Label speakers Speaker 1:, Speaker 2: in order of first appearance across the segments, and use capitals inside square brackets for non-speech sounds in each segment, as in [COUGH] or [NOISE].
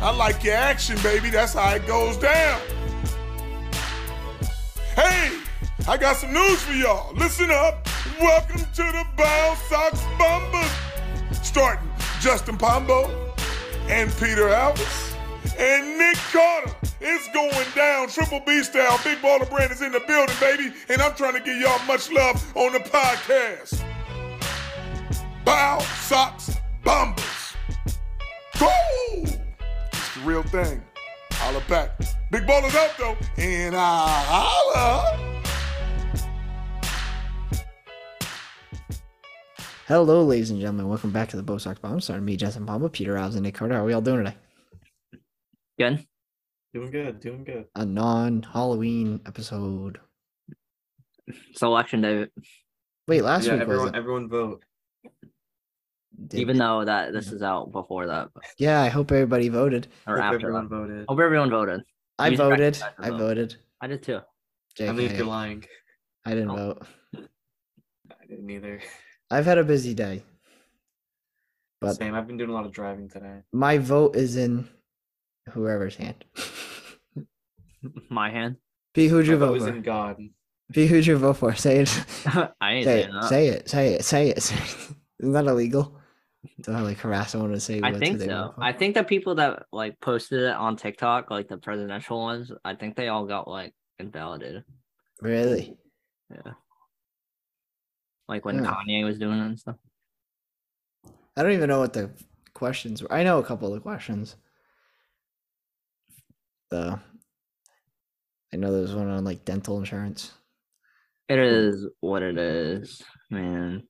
Speaker 1: I like your action, baby. That's how it goes down. Hey, I got some news for y'all. Listen up. Welcome to the Bound Sox Bombers. Starting Justin Pombo and Peter Alves and Nick Carter. It's going down. Triple B style. Big Baller Brand is in the building, baby. And I'm trying to give y'all much love on the podcast. Bow Sox Bombers. Go! It's the real thing. Holla back. Big Baller's out, though. And I holla.
Speaker 2: Hello, ladies and gentlemen. Welcome back to the Bo Sox Bomb. Starting me, Justin Palma, Peter Alves, and Nick Carter. How are we all doing today?
Speaker 3: Good.
Speaker 4: Doing good, doing good.
Speaker 2: A non-Halloween episode.
Speaker 3: It's election day,
Speaker 2: Wait, last
Speaker 4: yeah,
Speaker 2: week was
Speaker 4: everyone,
Speaker 2: it?
Speaker 4: everyone vote.
Speaker 2: Did-
Speaker 3: even though that this
Speaker 2: Yeah.
Speaker 3: is out before that but-
Speaker 2: yeah, I hope everybody voted.
Speaker 3: or
Speaker 4: Hope
Speaker 3: after
Speaker 4: everyone
Speaker 3: that.
Speaker 4: voted.
Speaker 3: Hope everyone voted.
Speaker 2: I
Speaker 3: mean,
Speaker 2: voted.
Speaker 3: I- I
Speaker 2: I
Speaker 3: vote.
Speaker 2: voted.
Speaker 3: I did too. [LAUGHS]
Speaker 4: I believe you're
Speaker 2: JK.
Speaker 4: lying.
Speaker 2: I didn't
Speaker 3: Oh.
Speaker 2: vote.
Speaker 4: I didn't either.
Speaker 2: I've had a busy day, but
Speaker 4: Same. I've been doing a lot of driving today.
Speaker 2: my vote is in whoever's hand. [LAUGHS]
Speaker 3: My hand. [LAUGHS]
Speaker 2: P, who'd you
Speaker 4: My vote
Speaker 2: vote
Speaker 4: is
Speaker 2: for?
Speaker 4: in God.
Speaker 2: P, who'd you vote for? Say
Speaker 3: [LAUGHS]
Speaker 2: it.
Speaker 3: I ain't
Speaker 2: say,
Speaker 3: saying
Speaker 2: it.
Speaker 3: that.
Speaker 2: say it. Say it. Say it. [LAUGHS] Say it. Isn't that illegal? To like harass someone and say
Speaker 3: I
Speaker 2: what
Speaker 3: think
Speaker 2: they
Speaker 3: so.
Speaker 2: vote for?
Speaker 3: I think the people that like posted it on TikTok, like the presidential ones, I think they all got like invalidated.
Speaker 2: really.
Speaker 3: Like when
Speaker 2: Yeah.
Speaker 3: Kanye was doing it and stuff.
Speaker 2: I don't even know what the questions were. I know a couple of the questions. So I know there's one on like dental insurance.
Speaker 3: It is what it is, man.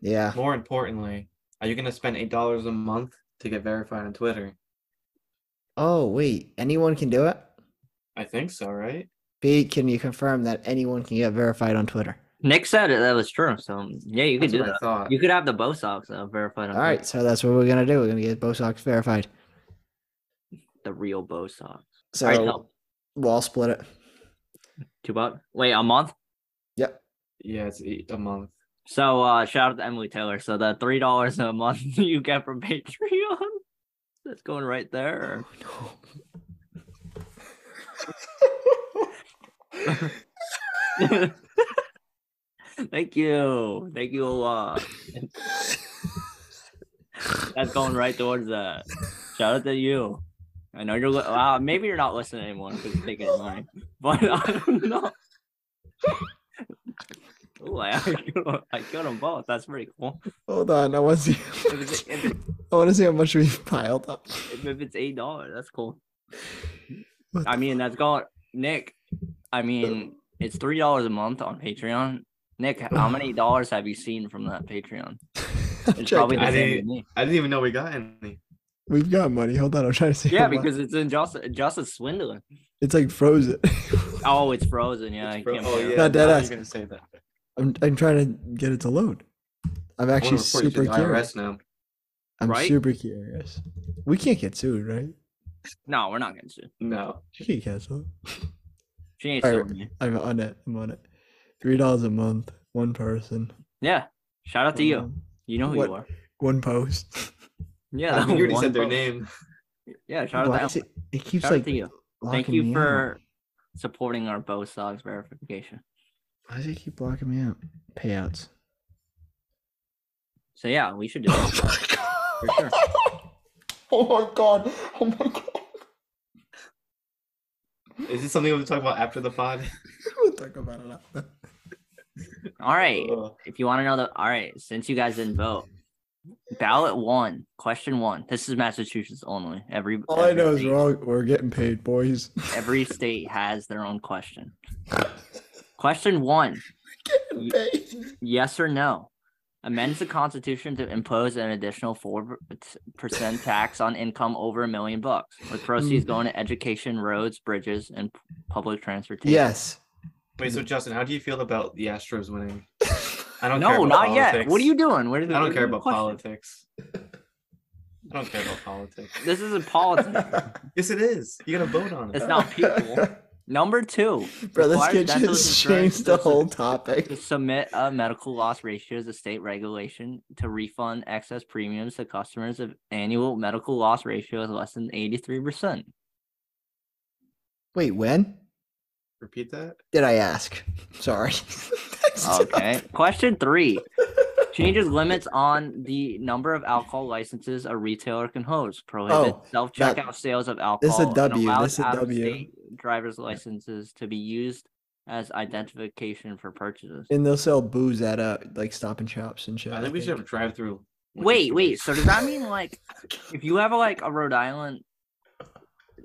Speaker 2: Yeah.
Speaker 4: More importantly, are you gonna spend eight dollars a month to get verified on Twitter?
Speaker 2: Oh wait, anyone can do it.
Speaker 4: I think so, right?
Speaker 2: Pete, can you confirm that anyone can get verified on Twitter?
Speaker 3: Nick said it, that was true. So yeah, you could
Speaker 4: That's
Speaker 3: do
Speaker 4: what I
Speaker 3: that.
Speaker 4: thought.
Speaker 3: You could have the bow socks uh, verified. on
Speaker 2: All right,
Speaker 3: Twitter.
Speaker 2: so that's what we're gonna do. We're gonna get both socks verified.
Speaker 3: the real bow socks.
Speaker 2: So
Speaker 3: Alright, no.
Speaker 2: we'll all split it.
Speaker 3: Two bucks. Wait, a month.
Speaker 2: Yep.
Speaker 4: Yeah, it's eight a month.
Speaker 3: So uh shout out to Emily Taylor. So the three dollars a month [LAUGHS] you get from Patreon. That's going right there.
Speaker 2: No.
Speaker 3: [LAUGHS] Thank you. Thank you a lot. That's going right towards that. Shout out to you. I know you're li- uh, maybe you're not listening anymore because you're taking it money. But [LAUGHS] I don't know. Ooh, I, I, killed, I killed them both. That's pretty cool. [LAUGHS]
Speaker 2: Hold on, I want to see.
Speaker 3: If it's, if it's,
Speaker 2: I want to see how much we've piled up.
Speaker 3: if it's eight dollars, that's cool.
Speaker 2: What
Speaker 3: I mean, that's going Nick. I mean, it's three dollars a month on Patreon. Nick,
Speaker 2: [LAUGHS]
Speaker 3: how many dollars have you seen from that Patreon?
Speaker 2: [LAUGHS]
Speaker 3: It's probably the
Speaker 4: I
Speaker 3: same
Speaker 4: didn't-
Speaker 3: with me.
Speaker 4: I didn't even know we got any.
Speaker 2: We've got money. Hold on, I'm trying to see. [LAUGHS]
Speaker 3: Yeah,
Speaker 2: how much.
Speaker 3: because it's in Joss Justice Swindler.
Speaker 2: it's like frozen. [LAUGHS]
Speaker 3: Oh, it's frozen. Yeah,
Speaker 4: It's
Speaker 3: I
Speaker 4: bro-
Speaker 3: can't
Speaker 4: oh
Speaker 3: believe
Speaker 4: yeah,
Speaker 3: it.
Speaker 2: Not dead
Speaker 4: now
Speaker 2: ass.
Speaker 4: You're gonna say that.
Speaker 2: I'm I'm trying to get it to load. I'm
Speaker 4: I wanna
Speaker 2: actually
Speaker 4: report you to
Speaker 2: super
Speaker 4: the
Speaker 2: curious.
Speaker 4: IRS now.
Speaker 2: I'm
Speaker 3: right?
Speaker 2: super curious. We can't get sued, right?
Speaker 3: No, we're not getting sued.
Speaker 4: No,
Speaker 2: You can cancel.
Speaker 3: She ain't
Speaker 2: Alright.
Speaker 3: suing me.
Speaker 2: I'm on it. I'm on it. Three dollars a month, one person.
Speaker 3: Yeah. Shout out to you.
Speaker 2: Um,
Speaker 3: You know who
Speaker 2: what-
Speaker 3: you are.
Speaker 2: One post.
Speaker 3: Yeah,
Speaker 4: I
Speaker 3: that
Speaker 4: think Uh, [LAUGHS] you already
Speaker 3: one
Speaker 4: said their
Speaker 3: post.
Speaker 4: name.
Speaker 3: Yeah, shout
Speaker 2: Why
Speaker 3: out
Speaker 2: is
Speaker 3: to
Speaker 2: it, it keeps
Speaker 3: Shout out
Speaker 2: like
Speaker 3: to you. Thank
Speaker 2: blocking
Speaker 3: you
Speaker 2: me
Speaker 3: for
Speaker 2: out.
Speaker 3: supporting our Bo Sox verification.
Speaker 2: Why does it keep blocking me out? Payouts.
Speaker 3: So yeah, we should do it.
Speaker 2: my
Speaker 3: sure.
Speaker 1: Oh my God. Oh my God.
Speaker 4: Is this something we'll talk about after the pod?
Speaker 2: we'll [LAUGHS] talk about it after.
Speaker 3: All right.
Speaker 4: Ugh.
Speaker 3: If you want to know the all right, since you guys didn't vote, ballot one, question one. This is Massachusetts only. Every
Speaker 2: All I
Speaker 3: every
Speaker 2: know is
Speaker 3: state-
Speaker 2: we're all we're getting paid, boys.
Speaker 3: every state has their own question. question one:
Speaker 2: getting paid.
Speaker 3: Yes or no? Amends the Constitution to impose an additional four percent tax on income over a million bucks, with proceeds
Speaker 2: Hmm.
Speaker 3: going to education, roads, bridges, and p- public
Speaker 2: [LAUGHS]
Speaker 3: transportation.
Speaker 2: Yes.
Speaker 4: Wait, so Justin, how do you feel about the Astros winning? I don't care
Speaker 3: No,
Speaker 4: about
Speaker 3: not yet.
Speaker 4: politics.
Speaker 3: What are you doing? Where
Speaker 4: I
Speaker 3: is
Speaker 4: don't care about
Speaker 3: politics.
Speaker 4: politics. I don't
Speaker 3: [LAUGHS]
Speaker 4: care about politics.
Speaker 3: This isn't politics. Uh,
Speaker 2: [LAUGHS]
Speaker 4: Yes, it is. You gotta vote on it.
Speaker 3: It's not people. Number two,
Speaker 2: Bro, this
Speaker 3: requires
Speaker 2: kid
Speaker 3: dental
Speaker 2: just [LAUGHS]
Speaker 3: insurance
Speaker 2: changed the
Speaker 3: to
Speaker 2: whole
Speaker 3: to
Speaker 2: topic.
Speaker 3: submit a medical loss ratio as a state regulation to refund excess premiums to customers if annual medical loss ratio is less than 83%.
Speaker 2: Wait, when
Speaker 4: Repeat that.
Speaker 2: did I ask? [LAUGHS] Sorry. [LAUGHS]
Speaker 3: Okay. Question three changes limits on the number of alcohol licenses a retailer can host, prohibit
Speaker 2: Oh,
Speaker 3: self
Speaker 2: that-
Speaker 3: checkout sales of alcohol,
Speaker 2: this is a
Speaker 3: and
Speaker 2: W,
Speaker 3: allows
Speaker 2: this is a W.
Speaker 3: out-of-state driver's licenses to be used as identification for purchases.
Speaker 2: And they'll sell booze at uh like Stop and Shops and shit.
Speaker 4: I think we should have a drive-through.
Speaker 3: Wait, wait. So does that
Speaker 2: [LAUGHS]
Speaker 3: mean like if you have like a Rhode Island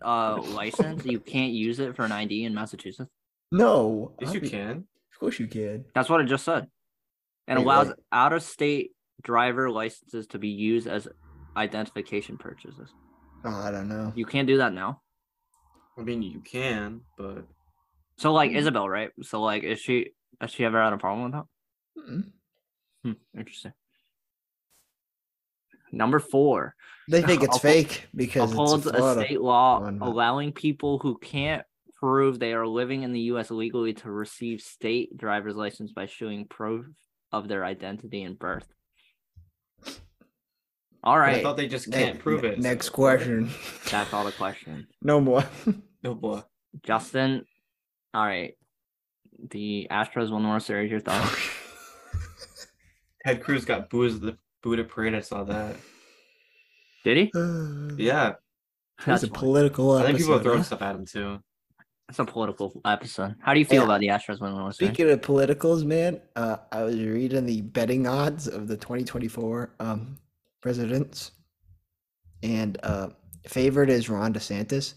Speaker 3: uh
Speaker 2: [LAUGHS]
Speaker 3: license, you can't use it for an ID in Massachusetts?
Speaker 2: No.
Speaker 4: Yes, you
Speaker 2: obvi-
Speaker 4: can.
Speaker 2: Of course you can.
Speaker 3: That's what I just said. And
Speaker 2: Wait,
Speaker 3: allows
Speaker 2: what?
Speaker 3: out of state driver licenses to be used as identification purchases.
Speaker 2: Oh, I don't know.
Speaker 3: You can't do that now.
Speaker 4: I mean, you can, but
Speaker 3: So
Speaker 2: Hmm.
Speaker 3: like Isabel, right? So like is she has she ever had a problem with that?
Speaker 2: Mm-mm.
Speaker 3: Hmm, interesting. Number four.
Speaker 2: They
Speaker 4: [LAUGHS]
Speaker 2: think it's
Speaker 3: Uphold-
Speaker 2: fake because
Speaker 3: upholds
Speaker 2: it's a
Speaker 3: a
Speaker 2: Florida.
Speaker 3: state law
Speaker 2: Why not?
Speaker 3: allowing people who can't prove they are living in the U.S. legally to receive state driver's license by showing proof of their identity and birth. All
Speaker 4: I
Speaker 3: right,
Speaker 4: thought they just
Speaker 2: Ne-
Speaker 4: can't prove
Speaker 2: ne-
Speaker 4: it.
Speaker 2: Next question.
Speaker 3: that's all the question,
Speaker 2: [LAUGHS] No
Speaker 4: [LAUGHS]
Speaker 2: more.
Speaker 4: No Oh, boy.
Speaker 3: Justin. All right, the Astros won the World Series. Your
Speaker 2: [LAUGHS]
Speaker 3: thoughts?
Speaker 4: Ted Cruz got booed at the Buddha parade. I saw that.
Speaker 3: Did he?
Speaker 4: Yeah,
Speaker 2: That's
Speaker 3: That's
Speaker 2: a
Speaker 3: fine.
Speaker 2: political
Speaker 4: I think people are
Speaker 2: episode.
Speaker 4: throwing
Speaker 2: huh?
Speaker 4: stuff at him too.
Speaker 3: That's a political episode. How do you feel
Speaker 2: Yeah.
Speaker 3: about the Astros winning the World Series?
Speaker 2: Speaking of politicals, man, uh, I was reading the betting odds of the 2024 um, presidents, and uh, favored is Ron DeSantis,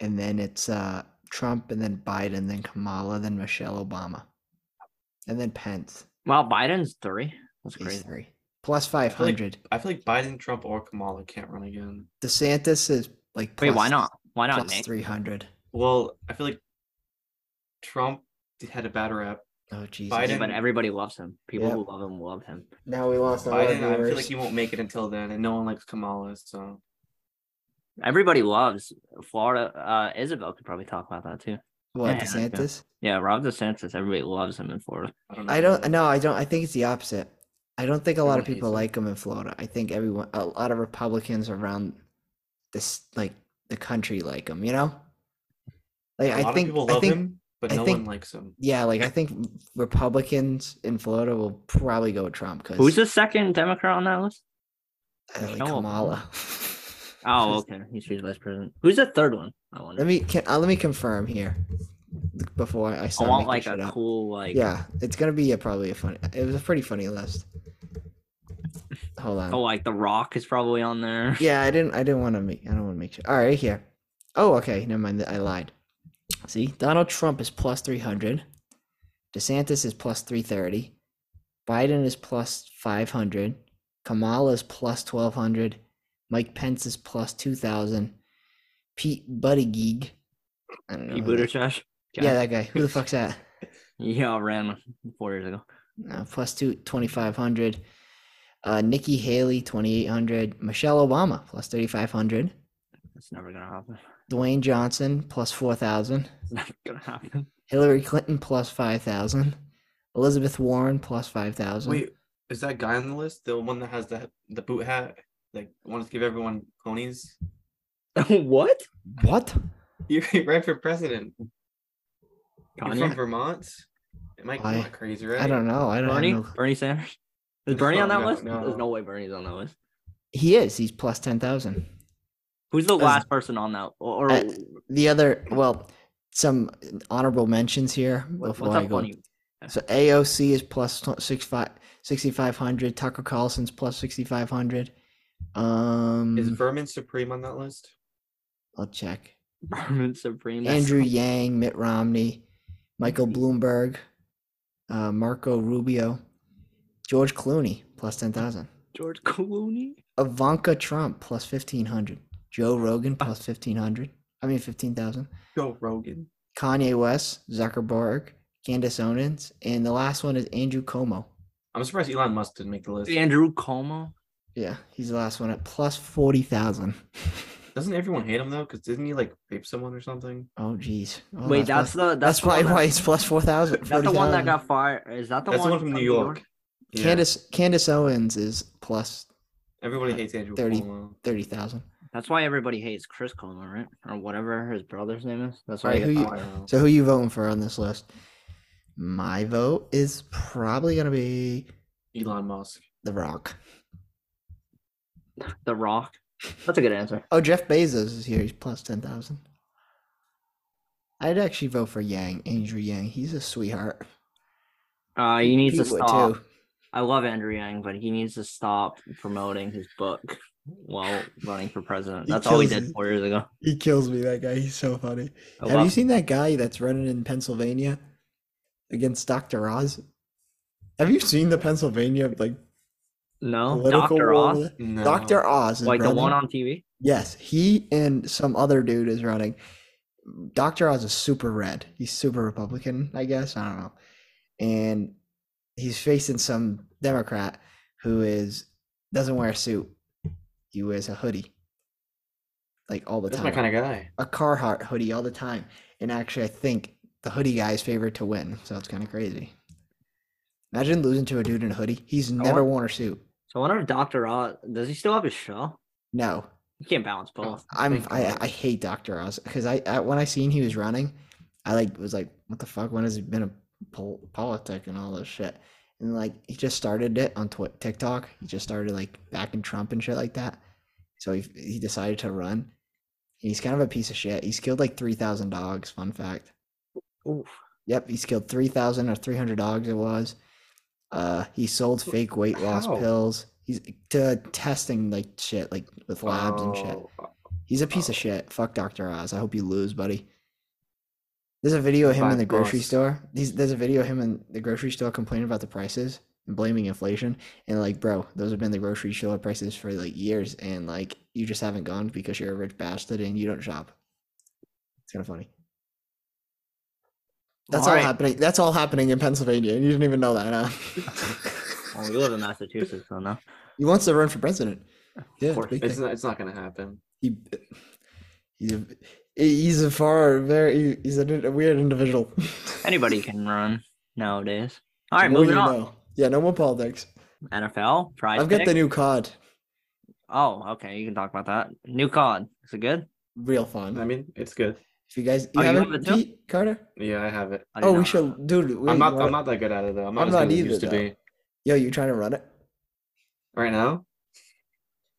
Speaker 2: and then it's uh, Trump, and then Biden, then Kamala, then Michelle Obama, and then Pence.
Speaker 3: Wow, Biden's three. That's
Speaker 2: He's
Speaker 3: crazy.
Speaker 2: three plus 500.
Speaker 4: I feel like Biden, Trump, or Kamala can't run again.
Speaker 2: DeSantis is like
Speaker 3: Wait, why
Speaker 2: plus-
Speaker 3: not? Why not?
Speaker 2: plus
Speaker 3: Nick?
Speaker 2: 300.
Speaker 4: Well, I feel like Trump had a bad rap.
Speaker 2: Oh Jesus!
Speaker 4: Biden-
Speaker 3: But everybody loves him. People
Speaker 2: Yep.
Speaker 3: who love him love him.
Speaker 2: Now we lost all
Speaker 4: Biden,
Speaker 2: our
Speaker 4: I feel like
Speaker 2: viewers.
Speaker 4: he won't make it until then, and no one likes Kamala. So
Speaker 3: Everybody loves Florida. Uh, Isabel could probably talk about that too.
Speaker 2: What
Speaker 3: Yeah, yeah.
Speaker 2: DeSantis?
Speaker 3: Yeah, Rob DeSantis. Everybody loves him in Florida.
Speaker 4: I don't know.
Speaker 2: I don't. No, I don't. I think it's the opposite. I don't think a lot
Speaker 4: Everyone
Speaker 2: of
Speaker 4: hates
Speaker 2: people
Speaker 4: him.
Speaker 2: like him in Florida. I think everyone, a lot of Republicans around this, like the country, like him. You know, like
Speaker 4: A
Speaker 2: I
Speaker 4: lot of
Speaker 2: think.
Speaker 4: people
Speaker 2: I
Speaker 4: love
Speaker 2: think.
Speaker 4: him, but
Speaker 2: I
Speaker 4: no one
Speaker 2: think-
Speaker 4: likes him.
Speaker 2: Yeah, like I think Republicans in Florida will probably go with Trump because
Speaker 3: Who's the second Democrat on that list?
Speaker 2: like
Speaker 3: Michelle Obama?
Speaker 2: Kamala. [LAUGHS]
Speaker 3: Oh, okay. He's the vice president. Who's the third one? I
Speaker 2: Let
Speaker 3: wonder.
Speaker 2: me can uh, let me confirm here before I
Speaker 3: I
Speaker 2: start
Speaker 3: want
Speaker 2: making
Speaker 3: like
Speaker 2: shit
Speaker 3: a
Speaker 2: up.
Speaker 3: cool like.
Speaker 2: Yeah, it's gonna be a, probably a funny. It was a pretty funny list. Hold on.
Speaker 3: Oh, like The Rock is probably on there.
Speaker 2: Yeah, I didn't. I didn't want to make. I don't want to make sure. All right, here. Oh, okay. Never mind. I lied. See, Donald Trump is plus three hundred. DeSantis is plus three thirty. Biden is plus five hundred. Kamala is plus twelve hundred. Mike Pence is plus two thousand. Pete Buttigieg. I don't know.
Speaker 3: Pete
Speaker 2: who that-
Speaker 3: Buttigieg.
Speaker 2: Yeah, that guy. Who the fuck's that?
Speaker 3: Yeah, ran four years ago.
Speaker 2: Uh, plus two twenty five hundred. Uh, Nikki Haley twenty eight hundred. Michelle Obama plus thirty five hundred.
Speaker 3: That's never gonna happen.
Speaker 2: Dwayne Johnson plus 4,000,
Speaker 3: It's not gonna happen.
Speaker 2: Hillary Clinton plus 5,000, Elizabeth Warren plus 5,000.
Speaker 4: Wait, is that guy on the list? The one that has the the boot hat, like wants to give everyone ponies.
Speaker 3: what?
Speaker 2: what?
Speaker 4: [LAUGHS] You ran for president. You're from
Speaker 3: Kanye?
Speaker 4: Vermont. Am I
Speaker 2: Why?
Speaker 4: am I crazy, right?
Speaker 2: I don't know. I don't I have
Speaker 3: Bernie?
Speaker 2: no cl-
Speaker 3: Bernie Sanders? Is Bernie on
Speaker 4: No,
Speaker 3: that
Speaker 4: no,
Speaker 3: list?
Speaker 4: no.
Speaker 3: There's no way Bernie's on that list.
Speaker 2: He is. He's plus 10,000.
Speaker 3: Who's the
Speaker 2: As-
Speaker 3: last person on that? Or, or
Speaker 2: Uh, The other, well, some honorable mentions here
Speaker 3: what-
Speaker 2: before
Speaker 3: what's
Speaker 2: I
Speaker 3: up,
Speaker 2: go.
Speaker 3: Bunny?
Speaker 2: So AOC is plus tw- six fi- 6,500. Tucker Carlson's plus 6,500. Um,
Speaker 4: Is Vermin Supreme on that list?
Speaker 2: I'll check.
Speaker 3: Berman Supreme. that's-
Speaker 2: Andrew Yang, Mitt Romney, Michael
Speaker 3: Mm-hmm.
Speaker 2: Bloomberg, uh, Marco Rubio, George Clooney plus ten thousand,
Speaker 3: George Clooney.
Speaker 2: Ivanka Trump plus fifteen hundred, Joe Rogan
Speaker 3: Ah.
Speaker 2: plus fifteen hundred. I mean fifteen thousand.
Speaker 4: Joe Rogan.
Speaker 2: Kanye West, Zuckerberg, Candace Owens, and the last one is Andrew Como.
Speaker 4: I'm surprised Elon Musk didn't make the list.
Speaker 3: Andrew Como.
Speaker 2: Yeah, he's the last one at plus forty thousand. [LAUGHS]
Speaker 4: Doesn't everyone hate him though? Because didn't he like rape someone or something?
Speaker 2: Oh, jeez. Oh,
Speaker 3: Wait,
Speaker 2: plus-
Speaker 3: that's, the that's,
Speaker 2: that's
Speaker 3: the one
Speaker 2: probably
Speaker 3: that-
Speaker 2: why it's plus four thousand.
Speaker 3: [LAUGHS] That's the one that got fired. Is that the
Speaker 4: That's
Speaker 3: one
Speaker 4: the one from New York. Yeah.
Speaker 2: Candace Candace Owens is plus
Speaker 4: Everybody hates Andrew
Speaker 2: 30.
Speaker 4: Cuomo.
Speaker 2: thirty thousand.
Speaker 3: That's why everybody hates Chris Coleman, right? Or whatever his brother's name is. That's why.
Speaker 2: Right, who
Speaker 3: he got
Speaker 2: you-
Speaker 4: Oh,
Speaker 3: fired.
Speaker 4: I don't know.
Speaker 2: So who you voting for on this list? My vote is probably gonna be
Speaker 4: Elon Musk.
Speaker 2: The Rock.
Speaker 3: The Rock. That's a good answer.
Speaker 2: Oh, Jeff Bezos is here. He's plus ten thousand. I'd actually vote for Yang, Andrew Yang. He's a sweetheart.
Speaker 3: Uh, he needs to
Speaker 2: He would,
Speaker 3: stop. I love Andrew Yang, but he needs to stop promoting his book while running for president.
Speaker 2: He
Speaker 3: That's all he
Speaker 2: kills
Speaker 3: did
Speaker 2: it.
Speaker 3: four years ago.
Speaker 2: He kills me, that guy. He's so funny.
Speaker 3: I
Speaker 2: Have you
Speaker 3: love-
Speaker 2: seen that guy that's running in Pennsylvania against Dr. Oz? Have you seen the Pennsylvania like
Speaker 3: no,
Speaker 2: political
Speaker 3: Doctor
Speaker 2: war?
Speaker 3: Oz,
Speaker 4: No.
Speaker 2: Dr. Oz is
Speaker 3: like the one
Speaker 2: running.
Speaker 3: on TV.
Speaker 2: Yes, he and some other dude is running. Dr. Oz is super red. He's super Republican, I guess. I don't know. And he's facing some Democrat who is doesn't wear a suit. He wears a hoodie. Like all the
Speaker 4: That's
Speaker 2: time.
Speaker 4: my kind of guy.
Speaker 2: a Carhartt hoodie all the time. And actually, I think the hoodie guy is favored to win, so it's kind of crazy. Imagine losing to a dude in a hoodie. He's never worn a suit.
Speaker 3: So I wonder if Doctor Oz does he still have his show?
Speaker 2: No,
Speaker 3: You can't balance both.
Speaker 2: I'm
Speaker 4: Thank
Speaker 2: I,
Speaker 4: God.
Speaker 2: I hate Doctor Oz because I, I when I seen he was running, I like was like, what the fuck? When has he been a pol- politic and all this shit? And like he just started it on Twi- TikTok. He just started like backing Trump and shit like that. So he he decided to run. And he's kind of a piece of shit. He's killed like three thousand dogs. Fun fact.
Speaker 3: Oof.
Speaker 2: Yep, he's killed 3,000 or 300 dogs it was. Uh he sold fake weight loss
Speaker 4: how?
Speaker 2: pills. He's to testing like shit like with labs and shit.
Speaker 4: Oh,
Speaker 2: He's a piece
Speaker 4: oh.
Speaker 2: of shit. Fuck Dr. Oz. I hope you lose, buddy. There's a video of him in
Speaker 4: Black
Speaker 2: the grocery
Speaker 4: boss.
Speaker 2: store. He's, there's a video of him in the grocery store complaining about the prices and blaming inflation. And like, bro, those have been the grocery store prices for like years. And like, you just haven't gone because you're a rich bastard and you don't shop. It's kind of funny. That's all
Speaker 3: Alright.
Speaker 2: happening. That's all happening in Pennsylvania. and You didn't even know that, huh?
Speaker 3: [LAUGHS] Well, we live in Massachusetts, so no.
Speaker 2: he wants to run for president. Yeah,
Speaker 3: course.
Speaker 2: big thing.
Speaker 4: It's not, it's not gonna happen.
Speaker 2: he he's a, he's a far very he's a, a weird individual.
Speaker 3: Anybody can run nowadays.
Speaker 2: [LAUGHS]
Speaker 3: All right, moving on.
Speaker 2: Yeah, no more politics.
Speaker 3: NFL prize.
Speaker 2: I've got
Speaker 3: pick.
Speaker 2: the new COD.
Speaker 3: Oh, okay. You can talk about that. New COD. Is it good?
Speaker 2: Real fun.
Speaker 4: I mean, it's good.
Speaker 2: if you guys,
Speaker 3: Oh,
Speaker 2: you
Speaker 3: you
Speaker 2: haven't,
Speaker 3: have it too?
Speaker 2: Pete Carter.
Speaker 4: Yeah, I have it.
Speaker 3: I do
Speaker 2: Oh, we
Speaker 3: not.
Speaker 2: should, dude. We,
Speaker 4: I'm not. I'm not that good at it though. I'm not
Speaker 2: I'm
Speaker 4: as
Speaker 2: not
Speaker 4: good as I
Speaker 2: either,
Speaker 4: used to
Speaker 2: though.
Speaker 4: be.
Speaker 2: Yo, you trying to run it?
Speaker 4: Right now,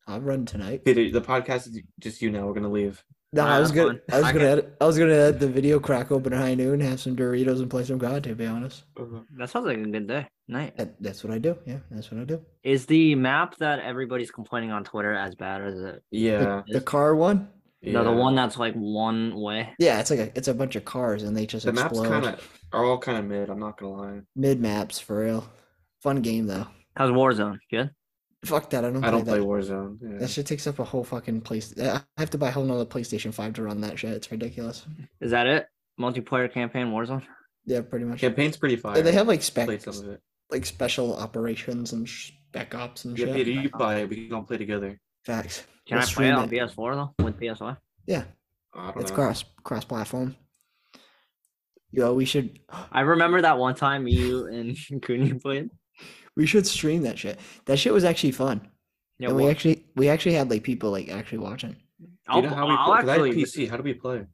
Speaker 2: I'll run tonight.
Speaker 4: Peter, the podcast is just you now. We're gonna leave.
Speaker 2: No, I
Speaker 3: Ah,
Speaker 2: was gonna,
Speaker 3: fun.
Speaker 2: I was
Speaker 3: I
Speaker 2: gonna,
Speaker 3: got-
Speaker 2: edit, I was gonna edit the video crack open at high noon, have some Doritos, and play some COD. To be honest,
Speaker 4: Uh-huh.
Speaker 3: That sounds like a good day. Night.
Speaker 2: that, that's what I do. Yeah, that's what I do.
Speaker 3: Is the map that everybody's complaining on Twitter as bad as it?
Speaker 4: Yeah.
Speaker 2: The, the car one.
Speaker 3: No, the
Speaker 4: yeah.
Speaker 3: one that's like one way.
Speaker 2: Yeah, it's like a, it's a bunch of cars, and they just
Speaker 4: The maps
Speaker 2: explode.
Speaker 4: kind of are all kind of mid. I'm not gonna lie.
Speaker 2: Mid maps for real. Fun game though.
Speaker 3: How's Warzone? Good.
Speaker 2: Fuck that. I don't.
Speaker 4: I don't play
Speaker 2: that.
Speaker 4: Warzone. Yeah.
Speaker 2: That shit takes up a whole fucking place. I I have to buy a whole nother PlayStation Five to run that shit. It's ridiculous.
Speaker 3: Is that it? Multiplayer campaign Warzone.
Speaker 2: Yeah, pretty much.
Speaker 4: Campaign's pretty
Speaker 2: Yeah,
Speaker 4: fire.
Speaker 2: they have like
Speaker 4: I
Speaker 2: spec,
Speaker 4: played some of it.
Speaker 2: like special operations and spec ops and
Speaker 4: Yeah,
Speaker 2: shit.
Speaker 4: Peter, you buy it. We can all play together.
Speaker 2: Facts.
Speaker 3: Can
Speaker 2: We'll
Speaker 3: I play
Speaker 2: stream
Speaker 3: it on PS4 though with PS5?
Speaker 4: I don't
Speaker 2: It's
Speaker 4: know.
Speaker 2: cross cross platform. Yo, we should [GASPS]
Speaker 3: I remember that one time you and [LAUGHS] Cooney played.
Speaker 2: we should stream that shit. That shit was actually fun.
Speaker 3: Yeah,
Speaker 2: and we
Speaker 3: well,
Speaker 2: actually we actually had like people like actually watching.
Speaker 4: Do
Speaker 3: I'll,
Speaker 4: you know how we
Speaker 3: I'll
Speaker 4: play? 'Cause I have
Speaker 3: actually.
Speaker 4: PC. How do we play?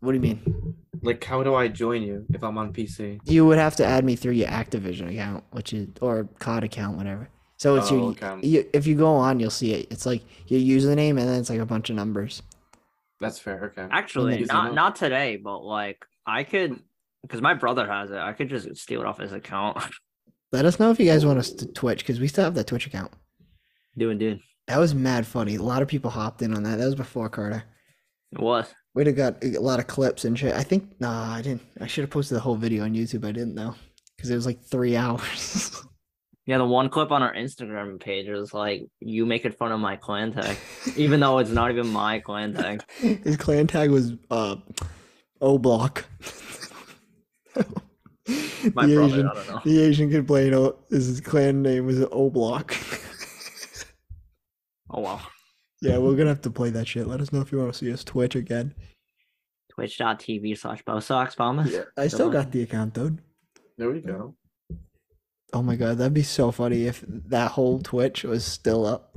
Speaker 2: What do you mean?
Speaker 4: Like, how do I join you if I'm on PC?
Speaker 2: You would have to add me through your Activision account, which is or COD account, whatever. So it's
Speaker 4: Oh,
Speaker 2: your
Speaker 4: okay.
Speaker 2: you, if you go on, you'll see it. It's like your username and then it's like a bunch of numbers.
Speaker 4: That's fair. Okay.
Speaker 3: Actually,
Speaker 4: Easy
Speaker 3: not
Speaker 4: enough.
Speaker 3: not today, but like I could, because my brother has it. I could just steal it off his account. [LAUGHS]
Speaker 2: Let us know if you guys want us to Twitch because we still have that Twitch account.
Speaker 3: Doing, dude.
Speaker 2: That was mad funny. A lot of people hopped in on that. That was before Carter.
Speaker 3: It was.
Speaker 2: We'd have got a lot of clips and shit. I think nah, I didn't. I should have posted the whole video on YouTube. I didn't though because it was like three [LAUGHS] hours.
Speaker 3: Yeah, the one clip on our Instagram page was like you making fun of my clan tag, even though it's not even my clan tag.
Speaker 2: His clan tag was uh, O Block. [LAUGHS]
Speaker 3: My
Speaker 2: the
Speaker 3: brother,
Speaker 2: Asian,
Speaker 3: I don't know.
Speaker 2: the Asian kid playing
Speaker 3: [LAUGHS]
Speaker 2: O- his clan name was O Block.
Speaker 3: Oh well.
Speaker 2: Yeah, we're gonna have to play that shit. Let us know if you want to see us Twitch again.
Speaker 3: Twitch.tv slash Bosox Bombers.
Speaker 2: I still
Speaker 4: Come on.
Speaker 2: got the account, dude.
Speaker 4: There we go.
Speaker 2: Oh my god, that'd be so funny if that whole Twitch was still up.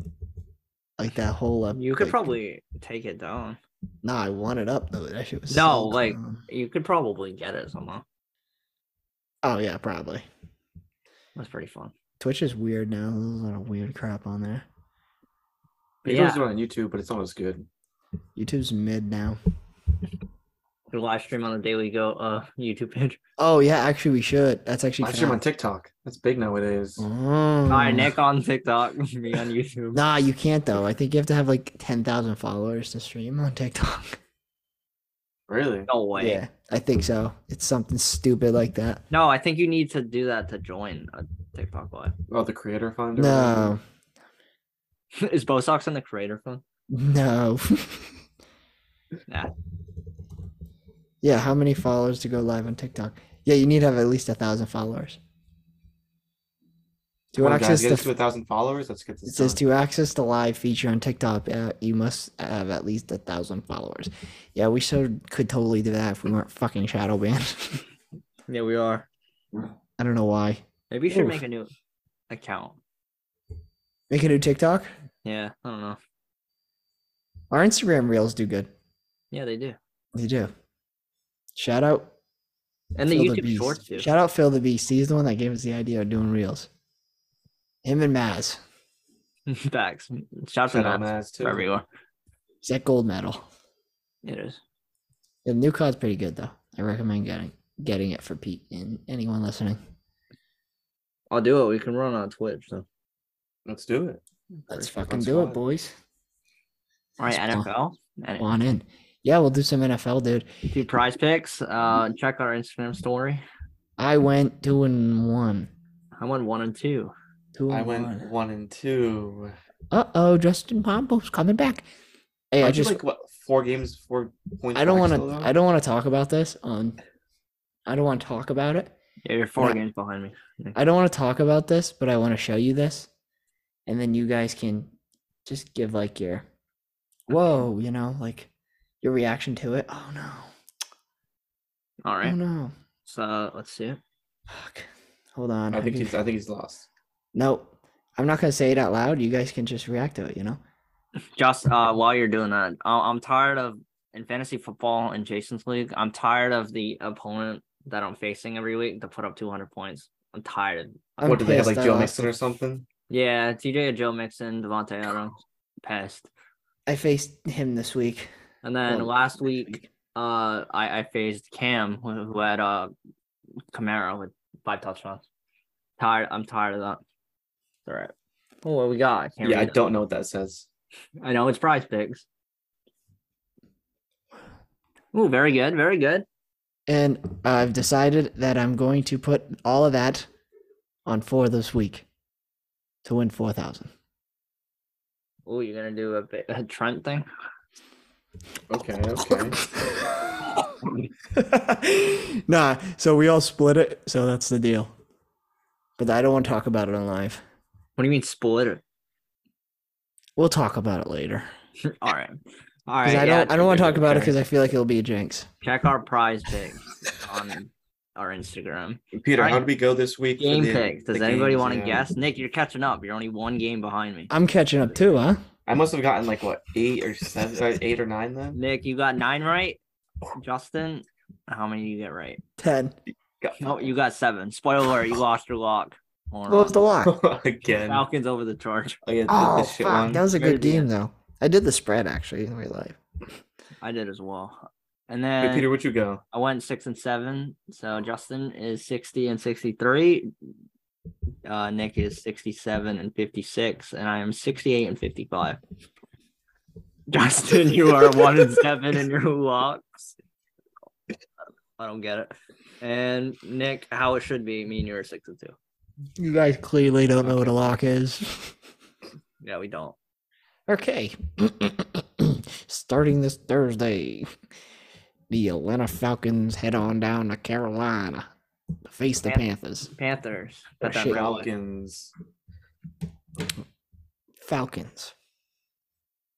Speaker 2: Like that whole up.
Speaker 3: You could
Speaker 2: like-
Speaker 3: probably take it down.
Speaker 2: Nah, I want it up though. That shit was
Speaker 3: No,
Speaker 2: so
Speaker 3: like-
Speaker 2: dumb.
Speaker 3: You could probably get it somehow.
Speaker 2: Oh yeah, probably.
Speaker 3: That's pretty fun.
Speaker 2: Twitch is weird now. There's a lot of weird crap on there.
Speaker 3: But
Speaker 4: You
Speaker 3: yeah,
Speaker 4: yeah. do it on YouTube, but it's not as good.
Speaker 2: YouTube's mid now.
Speaker 3: we live stream on the Daily Go uh YouTube page.
Speaker 2: Oh yeah, actually we should. That's actually.
Speaker 4: I stream on
Speaker 2: phenomenal.
Speaker 4: TikTok. That's big nowadays.
Speaker 2: Oh.
Speaker 3: All right, Nick on TikTok, [LAUGHS] me on
Speaker 2: [LAUGHS]
Speaker 3: YouTube.
Speaker 2: Nah, you can't though. I think you have to have like ten thousand followers to stream on TikTok.
Speaker 4: Really?
Speaker 3: No way.
Speaker 2: Yeah, I think so. It's something stupid like that.
Speaker 3: No, I think you need to do that to join a TikTok live. [LAUGHS]
Speaker 4: Oh, the creator fund? or
Speaker 2: No,
Speaker 3: Is Bosox on the creator phone?
Speaker 2: no.
Speaker 3: Nah.
Speaker 2: Yeah, how many followers to go live on TikTok? Yeah, you need to have at least a thousand follers.
Speaker 4: whatever?
Speaker 2: To
Speaker 4: Come on,
Speaker 2: access
Speaker 4: Oh, guys,
Speaker 2: the
Speaker 4: get us to a thousand followers. Let's get
Speaker 2: It
Speaker 4: this.
Speaker 2: says
Speaker 4: Done.
Speaker 2: to access the live feature on TikTok, uh, you must have at least a thousand followers. Yeah, we so could totally do that if we weren't fucking shadow banned. [LAUGHS]
Speaker 3: Yeah, we are.
Speaker 2: I don't know why.
Speaker 3: Maybe you should
Speaker 2: Oof.
Speaker 3: make a new account.
Speaker 2: Make a new TikTok.
Speaker 3: Yeah, I don't know.
Speaker 2: Our Instagram reels do good.
Speaker 3: Yeah, they do.
Speaker 2: They do. Shout out
Speaker 3: And the
Speaker 2: Phil
Speaker 3: YouTube
Speaker 2: Beast.
Speaker 3: shorts do.
Speaker 2: Shout out Phil the Beast. He's the one that gave us the idea of doing reels. Him and Maz.
Speaker 3: [LAUGHS] Facts. Shout
Speaker 4: Shout
Speaker 3: out
Speaker 4: out
Speaker 3: to Matt.
Speaker 4: Maz, too.
Speaker 3: Wherever you are.
Speaker 2: He's got gold medal.
Speaker 3: It is.
Speaker 2: The new card's pretty good though. I recommend getting getting it for Pete and anyone listening.
Speaker 3: I'll do it. We can run on Twitch. So.
Speaker 4: Let's do it.
Speaker 2: Let's
Speaker 4: First pick on
Speaker 2: fucking do it,
Speaker 4: squad.
Speaker 2: boys.
Speaker 3: All right,
Speaker 2: That's fun.
Speaker 3: NFL. And-
Speaker 2: Go on in. Yeah, we'll do some NFL, dude.
Speaker 3: Two prize picks. Uh, check our Instagram story.
Speaker 2: I went two and one.
Speaker 3: I won one and two.
Speaker 2: Two and
Speaker 4: I went one and two.
Speaker 2: Uh oh, Justin Pompo's coming back. Hey, I
Speaker 4: Aren't you,
Speaker 2: just
Speaker 4: like what four games, four points.
Speaker 2: I don't
Speaker 4: back
Speaker 2: want
Speaker 4: still,
Speaker 2: to
Speaker 4: though?
Speaker 2: I don't want to talk about this on. I don't want to talk about it.
Speaker 3: Yeah, you're four
Speaker 2: Yeah.
Speaker 3: games behind me.
Speaker 2: I don't want to talk about this, but I want to show you this, and then you guys can just give like your, whoa, you know, like your reaction to it. Oh no!
Speaker 3: All
Speaker 2: Oh
Speaker 3: right.
Speaker 2: no!
Speaker 3: So let's see it.
Speaker 2: Fuck. Hold on.
Speaker 4: I
Speaker 2: how
Speaker 4: think
Speaker 2: do you-
Speaker 4: he's. I think he's lost.
Speaker 2: No, I'm not gonna say it out loud. You guys can just react to it. You know.
Speaker 3: Just uh, while you're doing that, I- I'm tired of in fantasy football in Jason's league. I'm tired of the opponent that I'm facing every week to put up 200 points. I'm tired.
Speaker 2: I'm
Speaker 4: what do they have
Speaker 2: pissed
Speaker 4: like
Speaker 2: I
Speaker 4: Joe
Speaker 2: lost.
Speaker 4: Mixon or something?
Speaker 3: Yeah, TJ, Joe Mixon, Devontae Adams, pest.
Speaker 2: I faced him this week.
Speaker 3: And then
Speaker 2: Well,
Speaker 3: last week, uh, I, I faced Cam who, who had uh Camaro with five touchdowns. Tired. I'm tired of that. All right. Oh, what we got? I can't
Speaker 4: Yeah, I
Speaker 3: read it.
Speaker 4: don't know what that says.
Speaker 3: I know it's Prize Picks. Ooh, very good, very good.
Speaker 2: And I've decided that I'm going to put all of that on four this week to win 4,000.
Speaker 3: Ooh, you're gonna do a, bit- a Trent thing.
Speaker 4: Okay,
Speaker 2: [LAUGHS]
Speaker 4: okay.
Speaker 2: [LAUGHS] nah, so we all split it. So that's the deal. But I don't want to talk about it on live.
Speaker 3: What do you mean split?
Speaker 2: We'll talk about it later.
Speaker 3: [LAUGHS] All right, all
Speaker 2: 'Cause
Speaker 3: right.
Speaker 2: I
Speaker 3: yeah,
Speaker 2: don't, I don't want to
Speaker 4: okay,
Speaker 2: talk about it
Speaker 4: okay.
Speaker 2: because I feel like it'll be a jinx.
Speaker 3: check our Prize
Speaker 4: [LAUGHS]
Speaker 3: Picks on our Instagram.
Speaker 4: Peter,
Speaker 3: Alright.
Speaker 4: how did we go this week? for
Speaker 3: Game
Speaker 4: the-
Speaker 3: picks. Does
Speaker 4: the
Speaker 3: anybody
Speaker 4: games?
Speaker 3: want to
Speaker 4: Yeah.
Speaker 3: guess? Nick, you're catching up. You're only one game behind me.
Speaker 2: I'm catching up too, huh?
Speaker 4: I must have gotten like what eight or seven, or eight or nine then.
Speaker 3: Nick, you got nine right. Justin, how many do you get right?
Speaker 2: 10.
Speaker 3: [LAUGHS] No, you got seven. Spoiler alert, you lost your lock.
Speaker 2: What was the
Speaker 3: [LAUGHS]
Speaker 2: lock?
Speaker 4: [LAUGHS] Again. Oh,
Speaker 3: Falcons over the charge.
Speaker 4: yeah, th-
Speaker 2: Oh,
Speaker 4: this shit
Speaker 2: fuck.
Speaker 4: one.
Speaker 2: That was a
Speaker 3: Very
Speaker 2: good
Speaker 3: good.
Speaker 2: game, though. I did the spread actually in real life.
Speaker 3: I did as well. And
Speaker 4: Wait,
Speaker 3: then
Speaker 4: Peter, where'd you go?
Speaker 3: I went six and seven. So Justin is 60 and 63. Uh, Nick is 67 and 56. And I am 68 and 55. [LAUGHS] Justin, you are one and seven in your locks. I don't get it. And Nick, how it should be, me and you are six and two.
Speaker 2: You guys clearly don't know what a lock is. [LAUGHS]
Speaker 3: Yeah, we don't.
Speaker 2: Okay. [CLEARS THROAT] Starting this Thursday, the Atlanta Falcons head on down to Carolina to face the
Speaker 3: Pan-
Speaker 2: Panthers.
Speaker 3: Panthers.
Speaker 2: Oh,
Speaker 3: Got that
Speaker 2: shit.
Speaker 3: right away.
Speaker 4: Falcons.
Speaker 2: Falcons.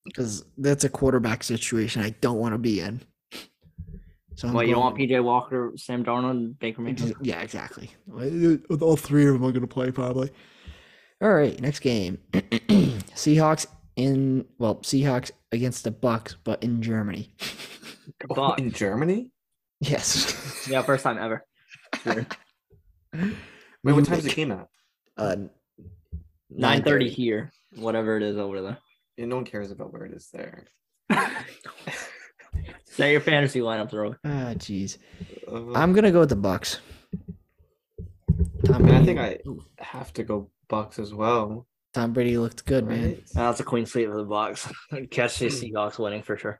Speaker 2: because that's a quarterback situation I don't want to be in. So I'm
Speaker 3: Well, you don't
Speaker 2: going-
Speaker 3: want PJ Walker, Sam Darnold, and
Speaker 2: [LAUGHS]
Speaker 3: Baker Mayfield.
Speaker 2: Ex- Yeah, exactly. With with all three of them, I'm going to play probably. All right, next game: [CLEARS THROAT] Seahawks in well, Seahawks against the Bucks, but in Germany. [LAUGHS]
Speaker 4: Oh,
Speaker 3: Buck.
Speaker 4: [LAUGHS] in Germany?
Speaker 2: Yes.
Speaker 3: Yeah, first time ever. Sure.
Speaker 4: Wait, what time's the game at?
Speaker 2: Uh,
Speaker 3: Nine thirty here, whatever it is over there.
Speaker 4: Yeah, no one cares about where it is there.
Speaker 3: Say your fantasy lineup, throw.
Speaker 2: Ah, jeez.
Speaker 4: Uh,
Speaker 2: I'm gonna go with the Bucks.
Speaker 4: I
Speaker 2: Tom
Speaker 4: mean,
Speaker 2: Brady,
Speaker 4: I think I have to go Bucks as well.
Speaker 2: Tom Brady looked good, man.
Speaker 4: Right?
Speaker 3: That's a clean sweep of the box. [LAUGHS] Catch the Seahawks winning for sure.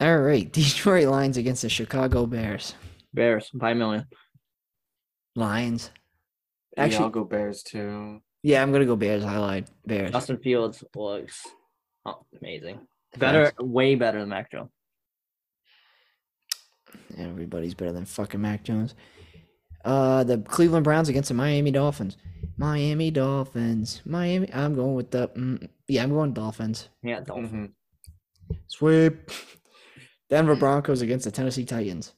Speaker 2: All right, [LAUGHS] Detroit Lions against the Chicago Bears.
Speaker 3: Bears by a million.
Speaker 2: Lions.
Speaker 4: Actually,
Speaker 2: Actually-
Speaker 4: I'll go Bears too.
Speaker 2: Yeah, I'm gonna go Bears. I lied. Bears.
Speaker 3: Justin Fields looks amazing. Better, way better than Mac Jones.
Speaker 2: Everybody's better than fucking Mac Jones. Uh, the Cleveland Browns against the Miami Dolphins. Miami Dolphins. Miami. I'm going with the. Mm, yeah, I'm going Dolphins.
Speaker 3: Yeah, Dolphins.
Speaker 4: Mhm.
Speaker 2: Sweep.
Speaker 4: Hmm.
Speaker 2: Denver Broncos against the Tennessee Titans.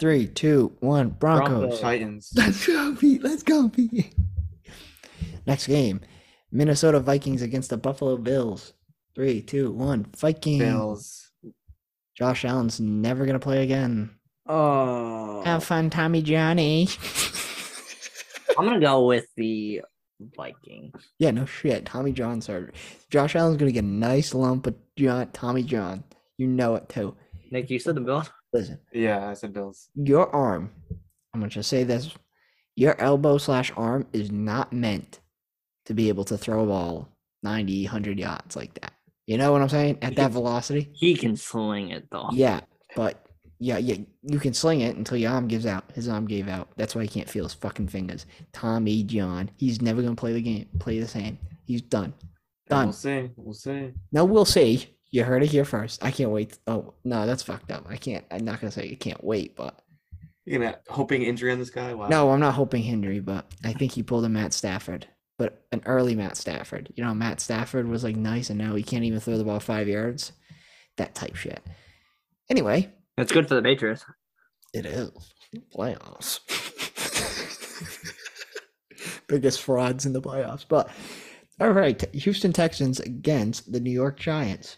Speaker 2: Three, two, one. Broncos. [LAUGHS]
Speaker 3: Broncos.
Speaker 4: Titans.
Speaker 2: Let's go, Pete. Let's go, Pete. Next game. Minnesota Vikings against the Buffalo Bills. Three, two, one. Vikings.
Speaker 4: Bills.
Speaker 2: Josh Allen's never gonna play again.
Speaker 3: Oh,
Speaker 2: Have fun, Tommy Johnny.
Speaker 3: I'm gonna go with the Vikings.
Speaker 2: [LAUGHS] yeah, no shit. Tommy John's hurt. Josh Allen's gonna get a nice lump of John, Tommy John. You know it too.
Speaker 3: Nick, you said the Bills.
Speaker 2: Listen,
Speaker 4: Yeah, I said Bills.
Speaker 2: your arm. I'm gonna just say this: your elbow slash arm is not meant to be able to throw a ball 90, 100 yards like that. You know what I'm saying? At that velocity.
Speaker 3: He can sling it though.
Speaker 2: Yeah, but yeah, yeah, you can sling it until your arm gives out. His arm gave out. That's why he can't feel his fucking fingers. Tommy John, he's never gonna play the game, play the same. He's done.
Speaker 4: And
Speaker 2: Done.
Speaker 4: We'll see. We'll see.
Speaker 2: No, we'll see. You heard it here first. I can't wait. Oh no, that's fucked up. I can't. I'm not gonna say you can't wait, but
Speaker 4: You gonna hoping injury on this guy? Wow.
Speaker 2: no, I'm not hoping Henry, but I think he pulled a Matt Stafford, but an early Matt Stafford. You know, Matt Stafford was like nice, and now he can't even throw the ball five yards. That type shit. Anyway,
Speaker 3: That's good for the Patriots.
Speaker 2: It is playoffs. [LAUGHS] Biggest frauds in the playoffs. But all right, Houston Texans against the New York Giants.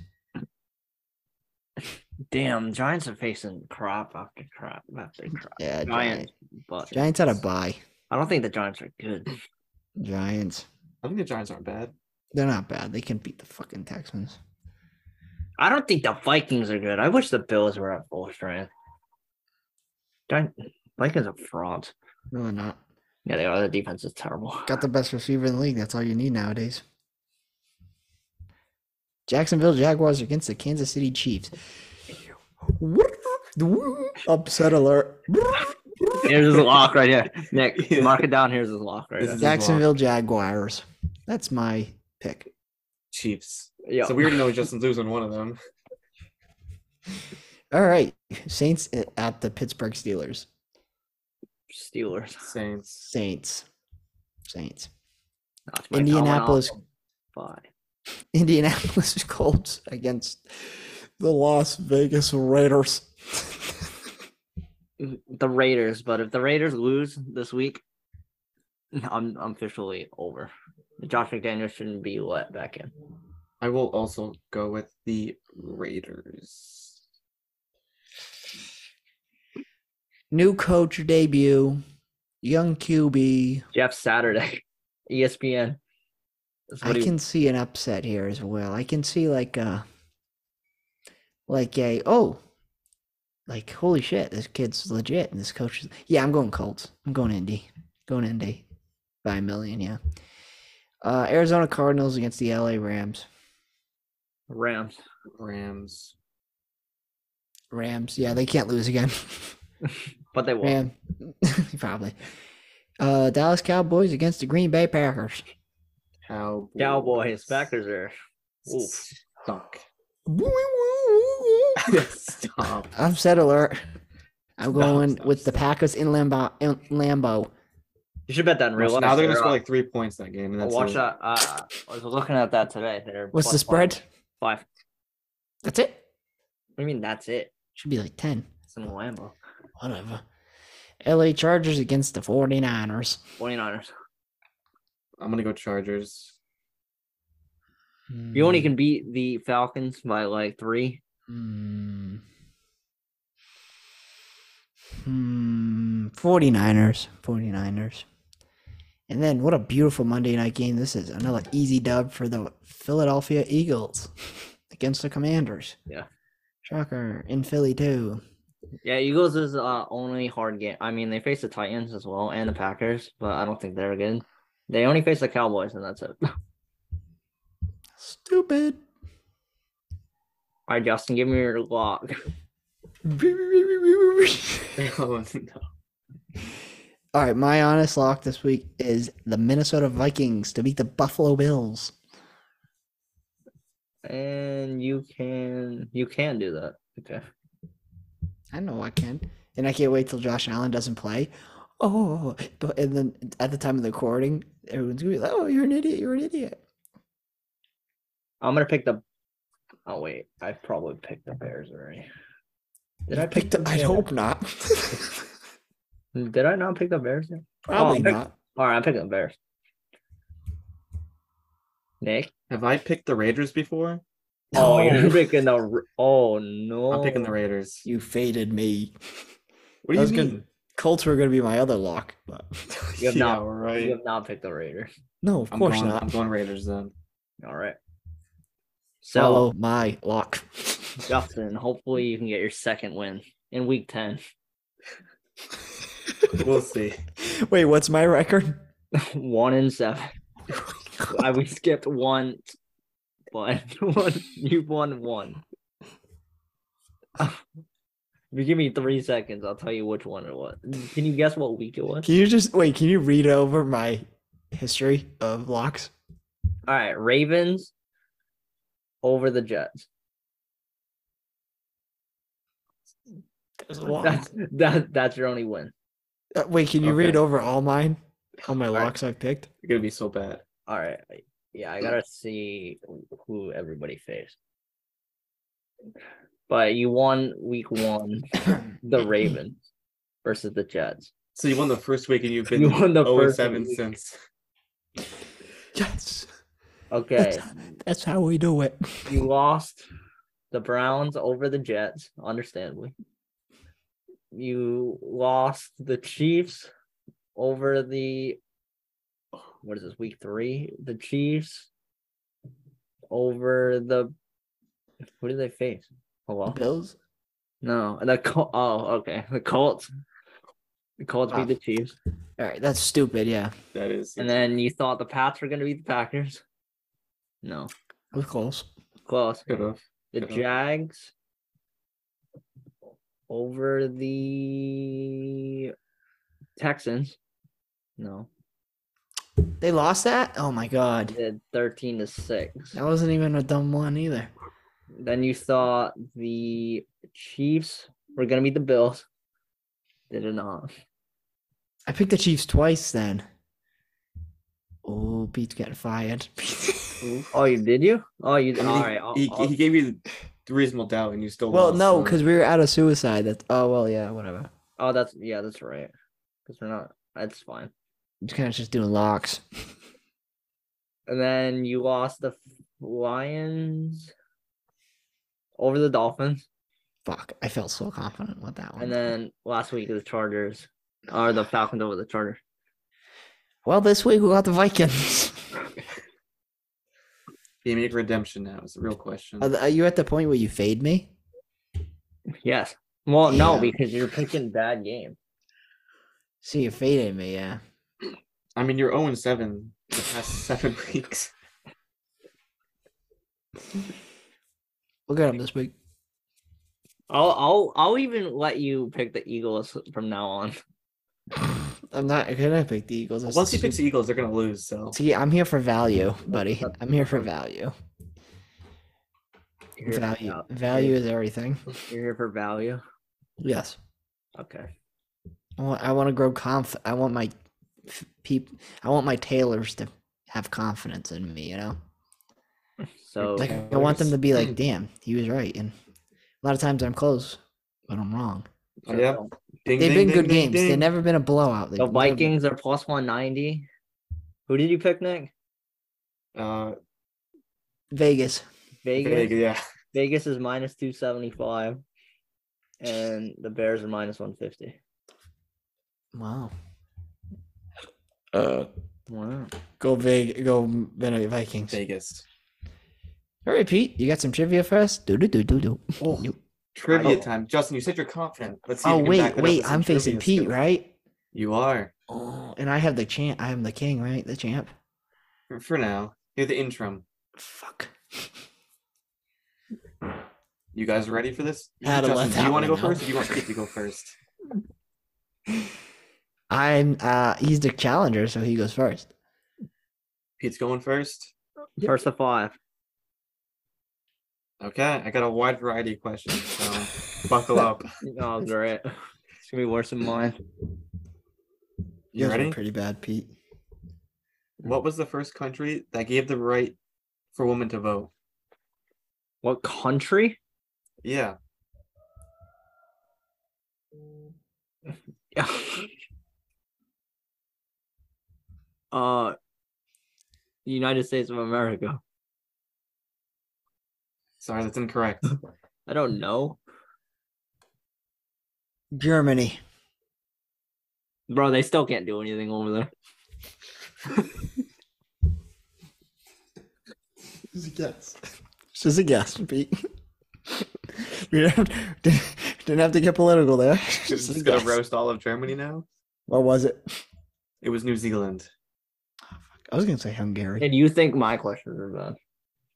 Speaker 3: Damn, Giants are facing crop after crop after crop.
Speaker 2: Yeah, Giants.
Speaker 3: Giants, but
Speaker 2: Giants had a bye.
Speaker 3: I don't think the Giants are good.
Speaker 2: Giants.
Speaker 4: I think the Giants aren't bad.
Speaker 2: They're not bad. They can beat the fucking Texans.
Speaker 3: I don't think the Vikings are good. I wish the Bills were at full strength. Giant Vikings are frauds.
Speaker 2: No, they're not.
Speaker 3: Yeah, they are. Their defense is terrible.
Speaker 2: Got the best receiver in the league. That's all you need nowadays. Jacksonville Jaguars against the Kansas City Chiefs. Upset alert.
Speaker 3: Here's his lock
Speaker 2: [LAUGHS]
Speaker 3: right here. Nick,
Speaker 4: Yeah.
Speaker 3: mark it down. Here's his lock right
Speaker 4: This
Speaker 3: here.
Speaker 4: is-
Speaker 2: Jacksonville Jaguars. That's my pick.
Speaker 4: Chiefs.
Speaker 3: Yeah.
Speaker 4: So we already know
Speaker 3: [LAUGHS]
Speaker 4: Justin's losing one of them.
Speaker 2: All right. Saints i- at the Pittsburgh Steelers.
Speaker 3: Steelers.
Speaker 4: Saints.
Speaker 2: Saints. Saints.
Speaker 3: That's my
Speaker 2: Indianapolis
Speaker 3: Colin Offenbach.
Speaker 2: Indianapolis [LAUGHS] Colts against the Las Vegas Raiders. [LAUGHS]
Speaker 3: The Raiders, but if the Raiders lose this week, [LAUGHS] I'm, I'm officially over. Josh McDaniels shouldn't be let back in.
Speaker 4: I will also go with the Raiders.
Speaker 2: New coach debut. Young QB.
Speaker 3: Jeff Saturday, [LAUGHS] E ESPN. That's
Speaker 2: I
Speaker 3: what he-
Speaker 2: can see an upset here as well. I can see like a like a oh like holy shit, this kid's legit and this coach is yeah, I'm going Colts. I'm going Indy. Going Indy. By a million, yeah. Uh Arizona Cardinals against the LA Rams.
Speaker 3: Rams.
Speaker 4: Rams.
Speaker 2: Rams, yeah, they can't lose again. [LAUGHS]
Speaker 3: But they will.
Speaker 2: Ram [LAUGHS] probably. Uh Dallas Cowboys against the Green Bay Packers.
Speaker 4: Cowboys.
Speaker 3: Cowboys. Packers are. Oof. [LAUGHS]
Speaker 4: Stunk. [LAUGHS]
Speaker 2: I'm
Speaker 4: Stop.
Speaker 2: set alert. I'm
Speaker 4: No,
Speaker 2: going
Speaker 4: stop,
Speaker 2: with the
Speaker 4: stop.
Speaker 2: Packers in Lambo in Lambo.
Speaker 3: You should bet that in real
Speaker 4: Now
Speaker 3: life.
Speaker 4: they're gonna
Speaker 3: They're,
Speaker 4: score
Speaker 3: uh,
Speaker 4: like three points that game. And
Speaker 3: I
Speaker 4: that's
Speaker 3: watched
Speaker 4: it.
Speaker 3: that. Uh, I was looking at that today. They're
Speaker 2: What's the
Speaker 3: plus one.
Speaker 2: spread?
Speaker 3: Five.
Speaker 2: That's it.
Speaker 3: I mean, that's it.
Speaker 2: Should be like 10.
Speaker 3: It's in Lambo.
Speaker 2: Whatever. LA Chargers against the 49ers.
Speaker 3: 49ers.
Speaker 4: [LAUGHS] I'm gonna go Chargers. [LAUGHS]
Speaker 3: You only can beat the Falcons by like three.
Speaker 2: Hmm. Hmm. 49ers. 49ers. And then what a beautiful Monday night game this is. Another easy dub for the Philadelphia Eagles [LAUGHS] against the Commanders.
Speaker 3: Yeah.
Speaker 2: Shocker. In Philly, too.
Speaker 3: Yeah, Eagles is uh only hard game. I mean, they face the Titans as well and the Packers, but I don't think they're good. They only face the Cowboys, and that's it. [LAUGHS] All
Speaker 2: Stupid.
Speaker 3: right, Justin, give me your lock.
Speaker 2: [LAUGHS]
Speaker 4: oh, no.
Speaker 2: All right, my honest lock this week is the Minnesota Vikings to beat the Buffalo Bills.
Speaker 3: And you can you can do that. Okay.
Speaker 2: I know I can, and I can't wait till Josh Allen doesn't play. Oh, but and then at the time of the recording, everyone's gonna be like, "Oh, you're an idiot! You're an idiot!"
Speaker 3: I'm gonna pick the. Oh wait, I probably picked the Bears already. Did I pick
Speaker 2: picked?
Speaker 3: the?
Speaker 2: I
Speaker 3: Bears?
Speaker 2: hope not. [LAUGHS]
Speaker 3: Did I not pick the Bears? yet?
Speaker 2: Probably
Speaker 3: Oh,
Speaker 2: not.
Speaker 3: All right, I'm picking the Bears. Nick.
Speaker 4: Have I picked the Raiders before?
Speaker 3: Oh,
Speaker 2: No.
Speaker 3: you're picking the. Ra- Oh no.
Speaker 4: I'm picking the Raiders.
Speaker 2: You faded me. I
Speaker 4: What do
Speaker 2: was
Speaker 4: you
Speaker 2: gonna-
Speaker 4: mean?
Speaker 2: Colts were gonna be my other lock, but [LAUGHS]
Speaker 3: You have
Speaker 4: [LAUGHS] yeah,
Speaker 3: not.
Speaker 4: right.
Speaker 3: You have not picked the Raiders.
Speaker 2: no, of
Speaker 4: I'm
Speaker 2: course
Speaker 4: going,
Speaker 2: not.
Speaker 4: I'm going Raiders then.
Speaker 3: [LAUGHS] All right. So
Speaker 2: Follow my lock. [LAUGHS]
Speaker 3: Justin, hopefully you can get your second win in Week Ten. [LAUGHS]
Speaker 4: We'll see.
Speaker 2: Wait, what's my record?
Speaker 3: one and
Speaker 4: [LAUGHS]
Speaker 3: seven. I we skipped one, one, [LAUGHS] one. You won one. [LAUGHS] if you give me three seconds, I'll tell you which one it was. Can you guess what week it was?
Speaker 2: Can you just wait? Can you read over my history of locks?
Speaker 3: All right, Ravens over the Jets.
Speaker 2: That was a lock.
Speaker 3: That's that. That's your only win.
Speaker 2: Uh, Wait, can you read
Speaker 4: Okay.
Speaker 2: over all mine? All my
Speaker 4: Alright.
Speaker 2: locks I've picked? [CLEARS THROAT]
Speaker 4: You're gonna be so bad.
Speaker 3: All right. Yeah, I gotta see who everybody faced. But you won week one, the Ravens versus the Jets.
Speaker 4: So you won the first
Speaker 2: [LAUGHS]
Speaker 4: week and you've been
Speaker 3: You won the
Speaker 4: 0
Speaker 3: first
Speaker 4: 7
Speaker 3: week.
Speaker 4: since.
Speaker 2: Yes.
Speaker 3: Okay.
Speaker 2: That's how we do it.
Speaker 3: You lost the Browns over the Jets, understandably. You lost the Chiefs over the what is this week three? The Chiefs over the who did they face? Hello?
Speaker 2: Bills?
Speaker 3: No, the Col- oh okay. The Colts. The Colts
Speaker 2: Wow.
Speaker 3: beat the Chiefs.
Speaker 2: All right, that's stupid. Yeah.
Speaker 4: That is.
Speaker 3: And then you thought the Pats were gonna beat the Packers. No.
Speaker 2: It was close.
Speaker 3: Close.
Speaker 4: Good enough.
Speaker 3: The
Speaker 4: Yeah.
Speaker 3: Jags over the Texans. No,
Speaker 2: They lost that? Oh my God.
Speaker 3: did thirteen to six.
Speaker 2: That wasn't even a dumb one either.
Speaker 3: Then you thought the Chiefs were gonna beat the Bills. They did not.
Speaker 2: I picked the Chiefs twice then. Oh, Pete's getting fired. [LAUGHS]
Speaker 3: Oh, you did you? Oh, you
Speaker 4: I mean,
Speaker 3: all
Speaker 4: he-
Speaker 3: right? I'll-
Speaker 4: he,
Speaker 3: I'll-
Speaker 4: he gave you the reasonable doubt and you still
Speaker 2: well,
Speaker 4: lost,
Speaker 2: no,
Speaker 4: so-
Speaker 2: because we were out of suicide. That's oh well, yeah, whatever.
Speaker 3: oh, that's yeah, that's right. Because we're not. That's fine.
Speaker 2: I'm kind of just doing locks.
Speaker 3: And then you lost the Lions over the Dolphins.
Speaker 2: Fuck, I felt so confident with that one.
Speaker 3: And then last week the Chargers or the Falcons over the Chargers.
Speaker 2: well, this week we got the Vikings.
Speaker 4: Can you make redemption now is the real
Speaker 2: [LAUGHS]
Speaker 4: question.
Speaker 2: Are th- are you at the point where you fade me?
Speaker 3: Yes. Well, no,
Speaker 2: Yeah.
Speaker 3: because you're picking bad games.
Speaker 2: See, you faded me, yeah.
Speaker 4: I mean, you're 0 7 the past [LAUGHS] seven weeks.
Speaker 2: We'll get him this week.
Speaker 3: I'll I'll I'll even let you pick the Eagles from now on.
Speaker 2: I'm not gonna pick the Eagles. That's
Speaker 4: Once he picks
Speaker 2: stupid.
Speaker 4: the Eagles, they're going to lose. So
Speaker 2: See, I'm here for value, buddy.
Speaker 3: That's-
Speaker 2: I'm here for value.
Speaker 3: You're here for
Speaker 2: Value,
Speaker 3: val-
Speaker 2: value is everything.
Speaker 3: You're here for value.
Speaker 2: Yes,
Speaker 3: Okay.
Speaker 2: I want. I want to grow conf. I want my f- peop. I want my tailors to have confidence in me. You know.
Speaker 3: So
Speaker 2: Like I want them
Speaker 4: Hilarious.
Speaker 2: to be like, damn, he was right. And a lot of times I'm close, but I'm wrong.
Speaker 4: Oh, yeah. Ding,
Speaker 2: They've
Speaker 4: ding,
Speaker 2: been good
Speaker 4: ding, ding,
Speaker 2: games. They've
Speaker 4: ding.
Speaker 2: never been a blowout. They've
Speaker 3: the
Speaker 2: never been-
Speaker 3: Vikings are plus one ninety. Who did you pick, Nick?
Speaker 4: Uh,
Speaker 2: Vegas.
Speaker 3: Vegas.
Speaker 4: Vegas,
Speaker 3: Vegas,
Speaker 2: [LAUGHS]
Speaker 4: yeah.
Speaker 3: is minus two seventy five, and the Bears are minus one fifty.
Speaker 2: Wow.
Speaker 5: Uh,
Speaker 2: Wow. Go Vegas. Go Ven- Vikings.
Speaker 4: Vegas.
Speaker 2: All right, Pete. You got some trivia for us? Do do do do [LAUGHS] do.
Speaker 4: [LAUGHS] Trivia
Speaker 3: Oh.
Speaker 4: time. Justin, you said you're confident. Let's see. if
Speaker 2: Oh
Speaker 4: you can
Speaker 2: wait,
Speaker 4: back it up with
Speaker 2: wait.
Speaker 4: some
Speaker 2: I'm facing
Speaker 4: trivia
Speaker 2: Pete,
Speaker 4: skills.
Speaker 2: right?
Speaker 4: You are
Speaker 2: Oh, and I have the champ. I am the king, right? The champ.
Speaker 4: for, for now. You're the interim.
Speaker 2: Fuck.
Speaker 4: You guys ready for this?
Speaker 2: Had to
Speaker 4: Justin,
Speaker 2: let
Speaker 4: do
Speaker 2: that
Speaker 4: you want to go
Speaker 2: one out.
Speaker 4: first? Or do you want Pete to go first?
Speaker 2: I'm. uh He's the challenger, so he goes first.
Speaker 4: Pete's going first.
Speaker 2: Yep.
Speaker 3: First of five.
Speaker 4: Okay, I got a wide variety of questions.
Speaker 2: [LAUGHS]
Speaker 4: So buckle up.
Speaker 3: Oh great. It's gonna be worse than mine.
Speaker 4: You
Speaker 2: Yours were
Speaker 4: ready?
Speaker 2: Pretty bad, Pete.
Speaker 4: What was the first country that gave the right for women to vote?
Speaker 3: What country?
Speaker 4: Yeah,
Speaker 3: [LAUGHS] uh United States of America.
Speaker 4: sorry, that's
Speaker 2: [LAUGHS]
Speaker 4: incorrect.
Speaker 3: I don't know.
Speaker 2: Germany.
Speaker 3: Bro, they still can't do anything over there.
Speaker 2: Just a guess. Just a guess, Pete. [LAUGHS] we didn't have, didn't, [LAUGHS] didn't have to get political there. Just a
Speaker 4: Just gonna
Speaker 2: guess.
Speaker 4: roast all of Germany now.
Speaker 2: What was it?
Speaker 4: It was New Zealand.
Speaker 2: I was gonna say Hungary.
Speaker 3: And you think my uh, questions are bad.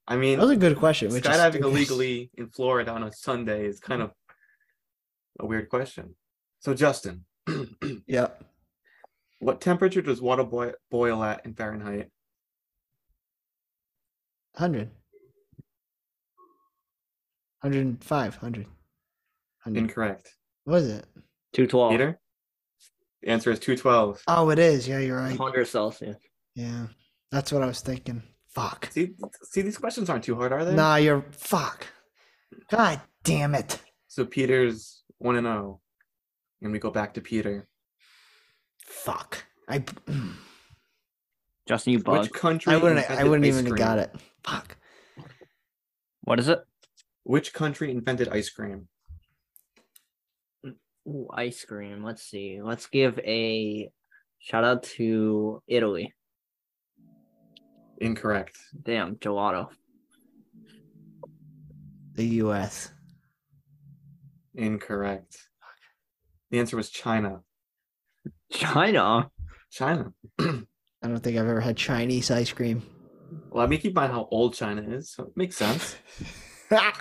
Speaker 4: I mean,
Speaker 2: That was a good question. which is [LAUGHS]
Speaker 4: skydiving
Speaker 2: stupid.
Speaker 4: illegally in Florida on a Sunday is kind of a weird question. So, Justin, [CLEARS THROAT]
Speaker 2: Yep.
Speaker 4: what temperature does water boi- boil at in Fahrenheit?
Speaker 2: Hundred. Hundred and five. Hundred. Hundred.
Speaker 4: Incorrect.
Speaker 2: What is it?
Speaker 3: 212.
Speaker 4: Peter? The answer is 212.
Speaker 2: Oh, it is. Yeah, you're right.
Speaker 3: 100 Celsius.
Speaker 2: Yeah, that's what I was thinking. Fuck.
Speaker 4: See, see, these questions aren't too hard, are they?
Speaker 2: Nah, you're fuck. God damn it.
Speaker 4: So Peter's one and zero, and we go back to Peter.
Speaker 2: Fuck. I. [CLEARS THROAT]
Speaker 3: Justin, you bug.
Speaker 4: Which country?
Speaker 2: I wouldn't. I
Speaker 4: invented
Speaker 2: wouldn't
Speaker 4: ice
Speaker 2: even have
Speaker 4: cream?
Speaker 2: got it. Fuck.
Speaker 3: What is it?
Speaker 4: Which country invented ice cream?
Speaker 3: Ooh, ice cream. Let's see. Let's give a shout out to Italy.
Speaker 4: Incorrect.
Speaker 3: Damn, gelato. [LAUGHS]
Speaker 2: The U.S.
Speaker 4: Incorrect. The answer was China.
Speaker 3: China.
Speaker 4: China.
Speaker 2: I don't think I've ever had Chinese ice cream. [LAUGHS]
Speaker 4: Well, I mean, keep in mind how old China is, so it makes sense.
Speaker 2: oh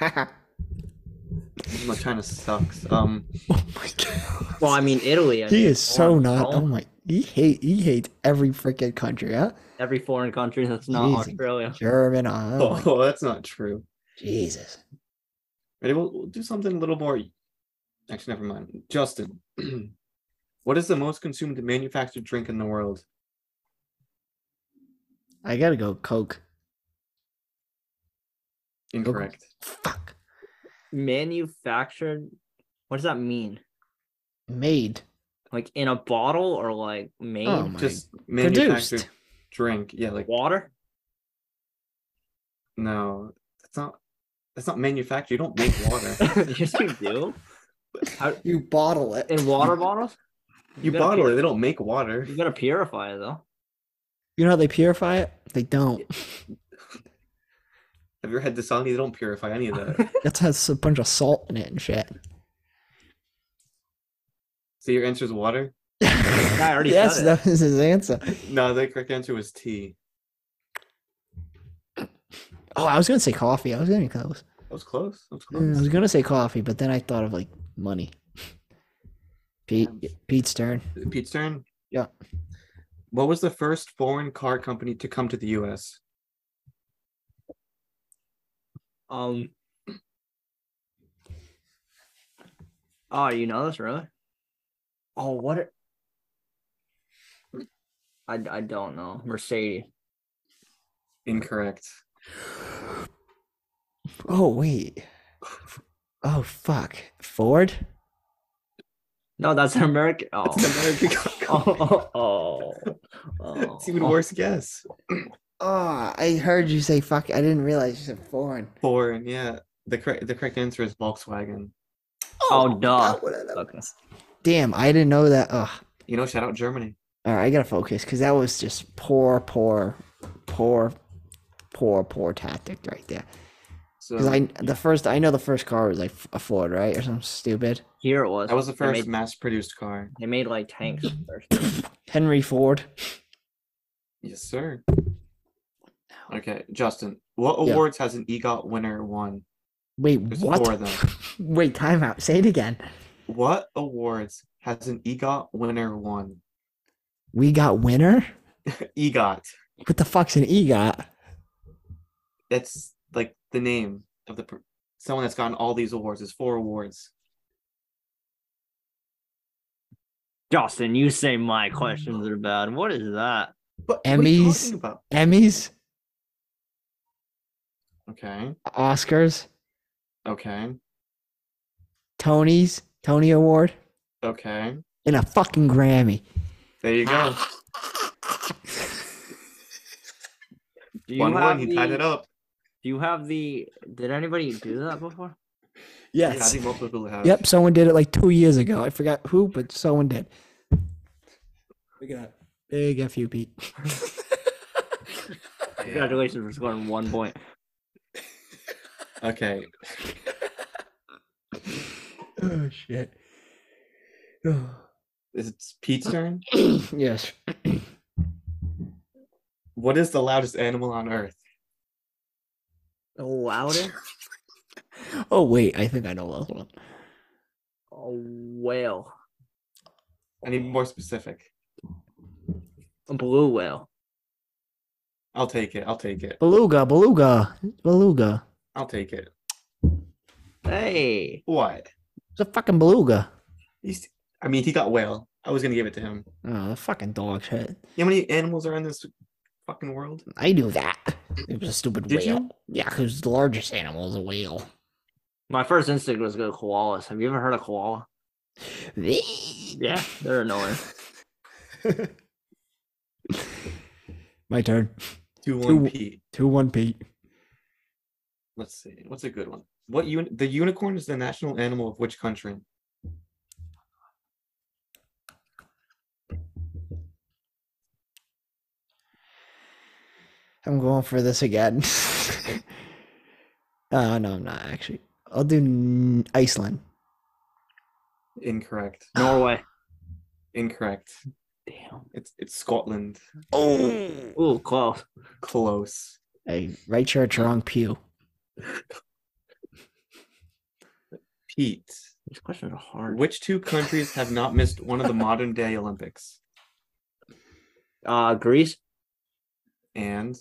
Speaker 4: Even though China sucks. Um,
Speaker 2: my god.
Speaker 3: Well, I mean, Italy. I
Speaker 2: he
Speaker 3: mean,
Speaker 2: is so
Speaker 3: foreign-
Speaker 2: not. Oh
Speaker 3: foreign-
Speaker 2: my. He hate. He hates every freaking country. Huh?
Speaker 3: Every foreign country that's not
Speaker 2: Jeez.
Speaker 3: Australia.
Speaker 2: German. [LAUGHS] Oh, my-
Speaker 4: [LAUGHS] oh, that's not true.
Speaker 2: Jesus.
Speaker 4: Ready? We'll, we'll do something a little more. e-, Actually, never mind. Justin, [CLEARS THROAT] what is the most consumed manufactured drink in the world?
Speaker 2: I gotta go. Coke.
Speaker 4: Incorrect.
Speaker 2: Fuck.
Speaker 3: Manufactured. What does that mean?
Speaker 2: Made.
Speaker 3: Like in a bottle or like made?
Speaker 2: Oh my.
Speaker 4: Just manufactured
Speaker 2: produced.
Speaker 4: drink. Yeah, like
Speaker 3: Water? [LAUGHS]
Speaker 4: No, that's not. That's not manufactured. You [LAUGHS] don't make water.
Speaker 3: yes, you do.
Speaker 2: You bottle it.
Speaker 4: [LAUGHS]
Speaker 3: In water bottles?
Speaker 4: you
Speaker 3: gotta
Speaker 4: bottle
Speaker 3: pur-
Speaker 4: it. They don't make water.
Speaker 3: You gotta purify it though.
Speaker 2: You know how they purify it? They don't.
Speaker 4: Have you ever had Dasani? They don't purify any of [LAUGHS] that.
Speaker 2: That has a bunch of salt in it and shit.
Speaker 4: so your answer is water.
Speaker 3: I
Speaker 2: [LAUGHS]
Speaker 3: already said
Speaker 2: yes,
Speaker 3: it.
Speaker 2: that was his answer.
Speaker 4: No, the correct answer was tea.
Speaker 2: Oh, I was gonna say coffee. I was getting close.
Speaker 4: That was close. That was
Speaker 2: I was
Speaker 4: close.
Speaker 2: gonna say coffee, but then I thought of like money. Pete, Pete's turn.
Speaker 4: Pete's turn.
Speaker 2: Yeah.
Speaker 4: Uh, What was the first foreign car company to come to the U.S.?
Speaker 3: Um. Oh, you know this really? Oh, what? It... I I don't know. Mercedes.
Speaker 4: Incorrect.
Speaker 2: Oh wait. Oh fuck. Ford?
Speaker 3: No, that's American. Oh.
Speaker 4: That's an [LAUGHS]
Speaker 3: [LAUGHS]
Speaker 4: American [LAUGHS] company.
Speaker 3: oh, oh, oh.
Speaker 4: It's even worse guess.
Speaker 2: Oh, I heard you say fuck. I didn't realize you said Ford.
Speaker 4: Foreign, yeah. The correct the correct answer is Volkswagen.
Speaker 3: Oh, duh.
Speaker 2: that would've- that-
Speaker 3: Okay.
Speaker 2: Damn, I didn't know that. Ugh.
Speaker 4: You know, shout out Germany.
Speaker 2: All right, I gotta focus because that was just poor, poor, poor, poor, poor tactic right there.
Speaker 4: So
Speaker 2: Because I the first I know the first car was like f- a Ford, right, or something stupid.
Speaker 3: Here it was.
Speaker 4: that was the
Speaker 3: They
Speaker 4: first
Speaker 3: made-
Speaker 4: mass produced car.
Speaker 3: They made like
Speaker 4: [LAUGHS]
Speaker 3: tanks first.
Speaker 2: Henry Ford.
Speaker 4: Yes, sir. Okay, Justin. What
Speaker 2: Yeah.
Speaker 4: awards has an EGOT winner won?
Speaker 2: Wait,
Speaker 4: There's
Speaker 2: what?
Speaker 4: four of them.
Speaker 2: [LAUGHS] Wait, timeout. Say it again.
Speaker 4: What awards has an EGOT winner won?
Speaker 2: We got winner.
Speaker 4: EGOT.
Speaker 2: What the fuck's an EGOT?
Speaker 4: That's like the name of the per- someone that's gotten all these awards. There's four awards.
Speaker 3: Justin, you say my questions are bad. What is that?
Speaker 4: But what are you
Speaker 2: Emmys.
Speaker 4: talking about?
Speaker 2: Emmys,
Speaker 4: Okay.
Speaker 2: Oscars,
Speaker 4: Okay.
Speaker 2: Tonys, Tony Award,
Speaker 4: Okay.
Speaker 2: and a fucking Grammy.
Speaker 4: There you go.
Speaker 3: Ah, Do you
Speaker 4: One one.
Speaker 3: have
Speaker 4: He
Speaker 3: the,
Speaker 4: tied it up.
Speaker 3: Do you have the? Did anybody do that before?
Speaker 4: Yeah, I
Speaker 2: Yes.
Speaker 4: think most people have.
Speaker 2: Yep, someone did it like two years ago. I forgot who, but someone did. We got big FU [LAUGHS] Pete.
Speaker 4: Yeah.
Speaker 3: Congratulations for scoring one point.
Speaker 4: Okay.
Speaker 2: oh shit.
Speaker 4: It's Pete's turn.
Speaker 2: [SIGHS] yes.
Speaker 4: What is the loudest animal on earth?
Speaker 3: The loudest
Speaker 2: Oh wait, I think I know this one.
Speaker 3: a whale,
Speaker 4: I need more specific.
Speaker 3: a blue whale.
Speaker 4: I'll take it. I'll take it.
Speaker 2: Beluga, beluga, beluga.
Speaker 4: I'll take it.
Speaker 3: Hey,
Speaker 4: What?
Speaker 2: It's a fucking beluga.
Speaker 4: He's, I mean, he got whale. I was gonna give it to him.
Speaker 2: Oh, the fucking dog shit.
Speaker 4: You know how many animals are in this fucking world?
Speaker 2: I knew that. It was a stupid
Speaker 4: Did
Speaker 2: whale.
Speaker 4: you?
Speaker 2: Yeah, because the largest animal is a whale.
Speaker 3: my first instinct was go koalas. Have you ever heard of koala? Yeah, they're annoying.
Speaker 2: My turn.
Speaker 4: Two one
Speaker 2: Two-
Speaker 4: Pete.
Speaker 2: Two one Pete.
Speaker 4: Let's see. What's a good one? What un- the unicorn is the national animal of which country?
Speaker 2: I'm going for this again. [LAUGHS] oh no, I'm not actually. I'll do N- Iceland.
Speaker 4: Incorrect.
Speaker 3: [LAUGHS] Norway.
Speaker 4: Incorrect.
Speaker 3: Damn.
Speaker 4: It's it's Scotland.
Speaker 2: Oh,
Speaker 3: Ooh, close.
Speaker 4: Close.
Speaker 2: hey, right church, wrong pew.
Speaker 4: Pete.
Speaker 3: These questions are hard.
Speaker 4: Which two countries have not missed one of the modern day Olympics?
Speaker 3: Uh, Greece.
Speaker 4: And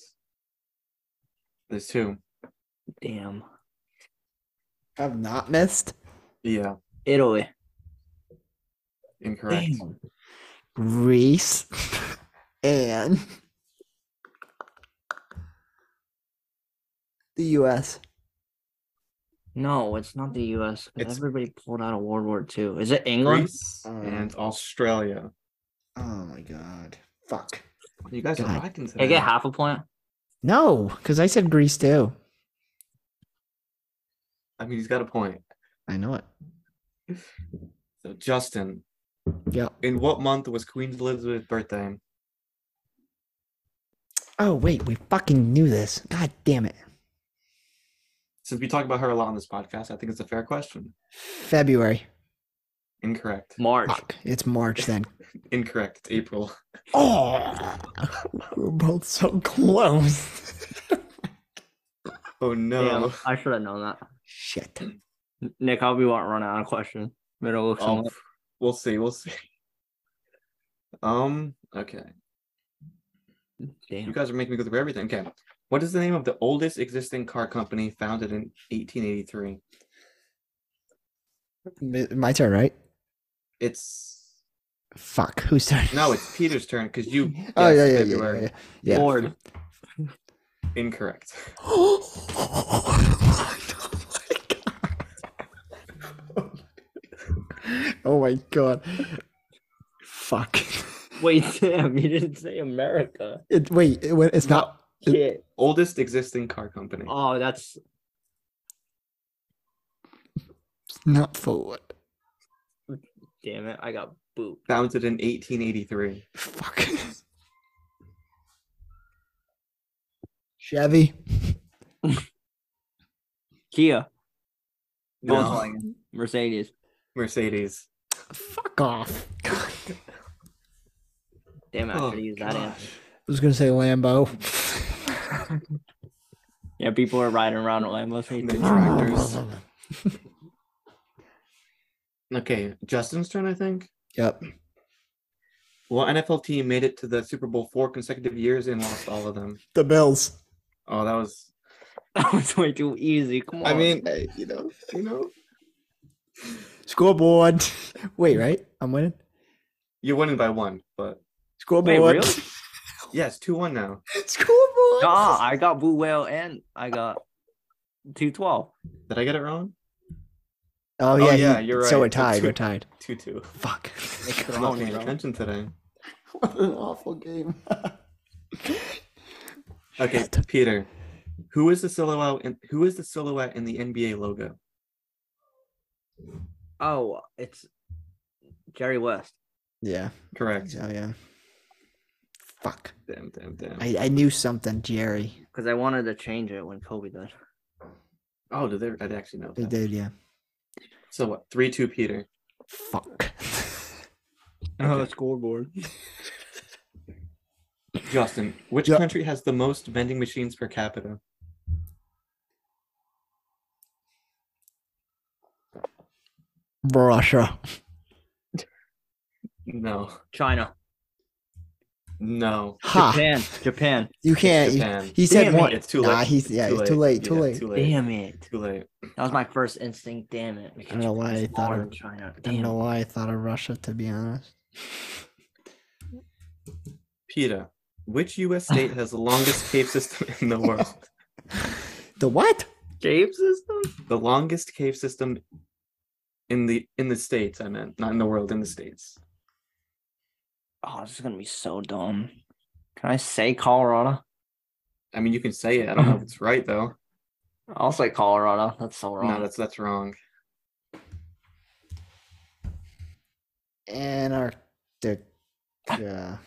Speaker 4: there's two.
Speaker 3: Damn.
Speaker 2: I've not missed.
Speaker 4: Yeah.
Speaker 3: Italy.
Speaker 4: Incorrect.
Speaker 3: Damn.
Speaker 2: Greece [LAUGHS] and the U.S.
Speaker 3: No, it's not the U.S. 'cause
Speaker 4: It's-
Speaker 3: Everybody pulled out of World War II. Is it England?
Speaker 4: Greece and
Speaker 2: Uh,
Speaker 4: Australia.
Speaker 2: Oh my God! Fuck.
Speaker 4: You guys
Speaker 2: God.
Speaker 4: are rocking today.
Speaker 3: Can I get half a point?
Speaker 2: No, because I said Greece too.
Speaker 4: I mean, he's got a point.
Speaker 2: I know it.
Speaker 4: So, Justin,
Speaker 2: Yeah.
Speaker 4: in what month was Queen Elizabeth's birthday?
Speaker 2: Oh wait, we fucking knew this. God damn it.
Speaker 4: Since we talk about her a lot on this podcast, I think it's a fair question.
Speaker 2: February.
Speaker 4: Incorrect.
Speaker 3: March.
Speaker 2: Fuck. It's March then.
Speaker 4: Incorrect. It's April. [LAUGHS]
Speaker 2: Oh, [LAUGHS] we're both so close. [LAUGHS]
Speaker 4: Oh
Speaker 3: Damn,
Speaker 4: no.
Speaker 3: I should have known that.
Speaker 2: Shit.
Speaker 3: N- Nick, I'll be want run out of question. Middle of
Speaker 4: Oh, we'll see. We'll see. Um. Okay. You
Speaker 3: Damn.
Speaker 4: guys are making me go through everything. Okay. What is the name of the oldest existing car company founded in 1883?
Speaker 2: M- My turn, right?
Speaker 4: It's
Speaker 2: Fuck. Who's turn?
Speaker 4: no. It's Peter's turn because you.
Speaker 2: [LAUGHS] Oh yeah,
Speaker 4: guessed
Speaker 2: [GASPS] yeah, yeah,
Speaker 4: [LAUGHS]
Speaker 2: yeah,
Speaker 4: February.
Speaker 2: yeah. yeah.
Speaker 3: Ford.
Speaker 4: Incorrect.
Speaker 2: [LAUGHS] Oh my god. Fuck. [LAUGHS]
Speaker 3: Wait, Sam, you didn't say America.
Speaker 2: It, wait, it, went- it's not.
Speaker 3: Yeah.
Speaker 4: [LAUGHS] Oldest existing car company.
Speaker 3: Oh, that's
Speaker 2: Not Ford.
Speaker 3: damn it. I got booped.
Speaker 4: Founded in 1883.
Speaker 2: Fuck. [LAUGHS] Chevy.
Speaker 3: Kia,
Speaker 4: No.
Speaker 3: Volkswagen, Mercedes.
Speaker 4: Mercedes.
Speaker 2: Fuck off. I
Speaker 3: Damn it, I
Speaker 4: Oh,
Speaker 3: should have used that answer.
Speaker 4: gosh.
Speaker 2: was gonna say [LAUGHS] Lambo.
Speaker 3: Yeah, people are riding around with Lambos.
Speaker 4: And
Speaker 3: Hey,
Speaker 4: then tractors. [LAUGHS] Okay, Justin's turn, I think.
Speaker 2: yep.
Speaker 4: What NFL team made it to the Super Bowl four consecutive years and lost all of them?
Speaker 2: The Bills.
Speaker 4: Oh, that was.
Speaker 3: [LAUGHS] that was way too easy. Come on.
Speaker 4: I mean, hey, you know, you know,
Speaker 2: Scoreboard. Wait, right? I'm winning.
Speaker 4: you're winning by one, but
Speaker 2: Scoreboard.
Speaker 3: really?
Speaker 4: yes, two one now.
Speaker 2: [LAUGHS] Scoreboard.
Speaker 3: nah, I got Blue Whale and I got 212.
Speaker 4: Did I get it wrong?
Speaker 2: Oh yeah,
Speaker 4: Oh,
Speaker 2: he-
Speaker 4: yeah, you're
Speaker 2: So
Speaker 4: right.
Speaker 2: we're tied.
Speaker 4: Two-
Speaker 2: We're tied.
Speaker 4: Two two.
Speaker 2: Fuck. [LAUGHS]
Speaker 4: I'm not paying attention today.
Speaker 2: what an awful game.
Speaker 4: [LAUGHS] Okay, Peter. Who is the silhouette? In, who is the silhouette in the NBA logo?
Speaker 3: Oh, it's Jerry West.
Speaker 2: yeah.
Speaker 4: Correct.
Speaker 2: Oh yeah. Fuck.
Speaker 4: Damn, damn, damn.
Speaker 2: I, I knew something, Jerry.
Speaker 3: Because I wanted to change it when Kobe did.
Speaker 4: Oh, did they? I'd actually know.
Speaker 2: They
Speaker 4: That.
Speaker 2: did, yeah.
Speaker 4: So what? Three two, Peter.
Speaker 2: Fuck. [LAUGHS]
Speaker 4: Okay.
Speaker 3: Uh, scoreboard.
Speaker 4: Justin, which
Speaker 2: Yeah.
Speaker 4: country has the most vending machines per capita?
Speaker 2: Russia.
Speaker 4: No,
Speaker 3: China.
Speaker 4: no.
Speaker 2: Ha.
Speaker 3: Japan. Japan.
Speaker 2: You can't. e- you-
Speaker 4: Japan.
Speaker 2: he said
Speaker 3: Damn it.
Speaker 2: one.
Speaker 4: It's too late.
Speaker 2: Nah, he's- yeah, it's too late, too
Speaker 4: Yeah,
Speaker 2: late.
Speaker 4: Too late.
Speaker 3: Damn it.
Speaker 4: Too late.
Speaker 3: That was my first instinct. Damn it.
Speaker 2: I don't know why I thought
Speaker 3: Smaller
Speaker 2: of,
Speaker 3: than China.
Speaker 2: I don't know
Speaker 3: Damn.
Speaker 2: why I thought of Russia, to be honest.
Speaker 4: Peter, which
Speaker 2: [LAUGHS]
Speaker 4: U.S. state has the longest cave system in the world?
Speaker 2: The what?
Speaker 3: Cave system?
Speaker 4: The longest cave system in the in the states. I meant not in the world, in the states.
Speaker 3: Oh, this is gonna be so dumb. Can I say Colorado?
Speaker 4: I mean, you can say it. I don't know if it's right though.
Speaker 3: I'll say Colorado. That's so [LAUGHS] wrong.
Speaker 4: No, that's that's wrong.
Speaker 3: [LAUGHS]
Speaker 2: Antarctica. [LAUGHS]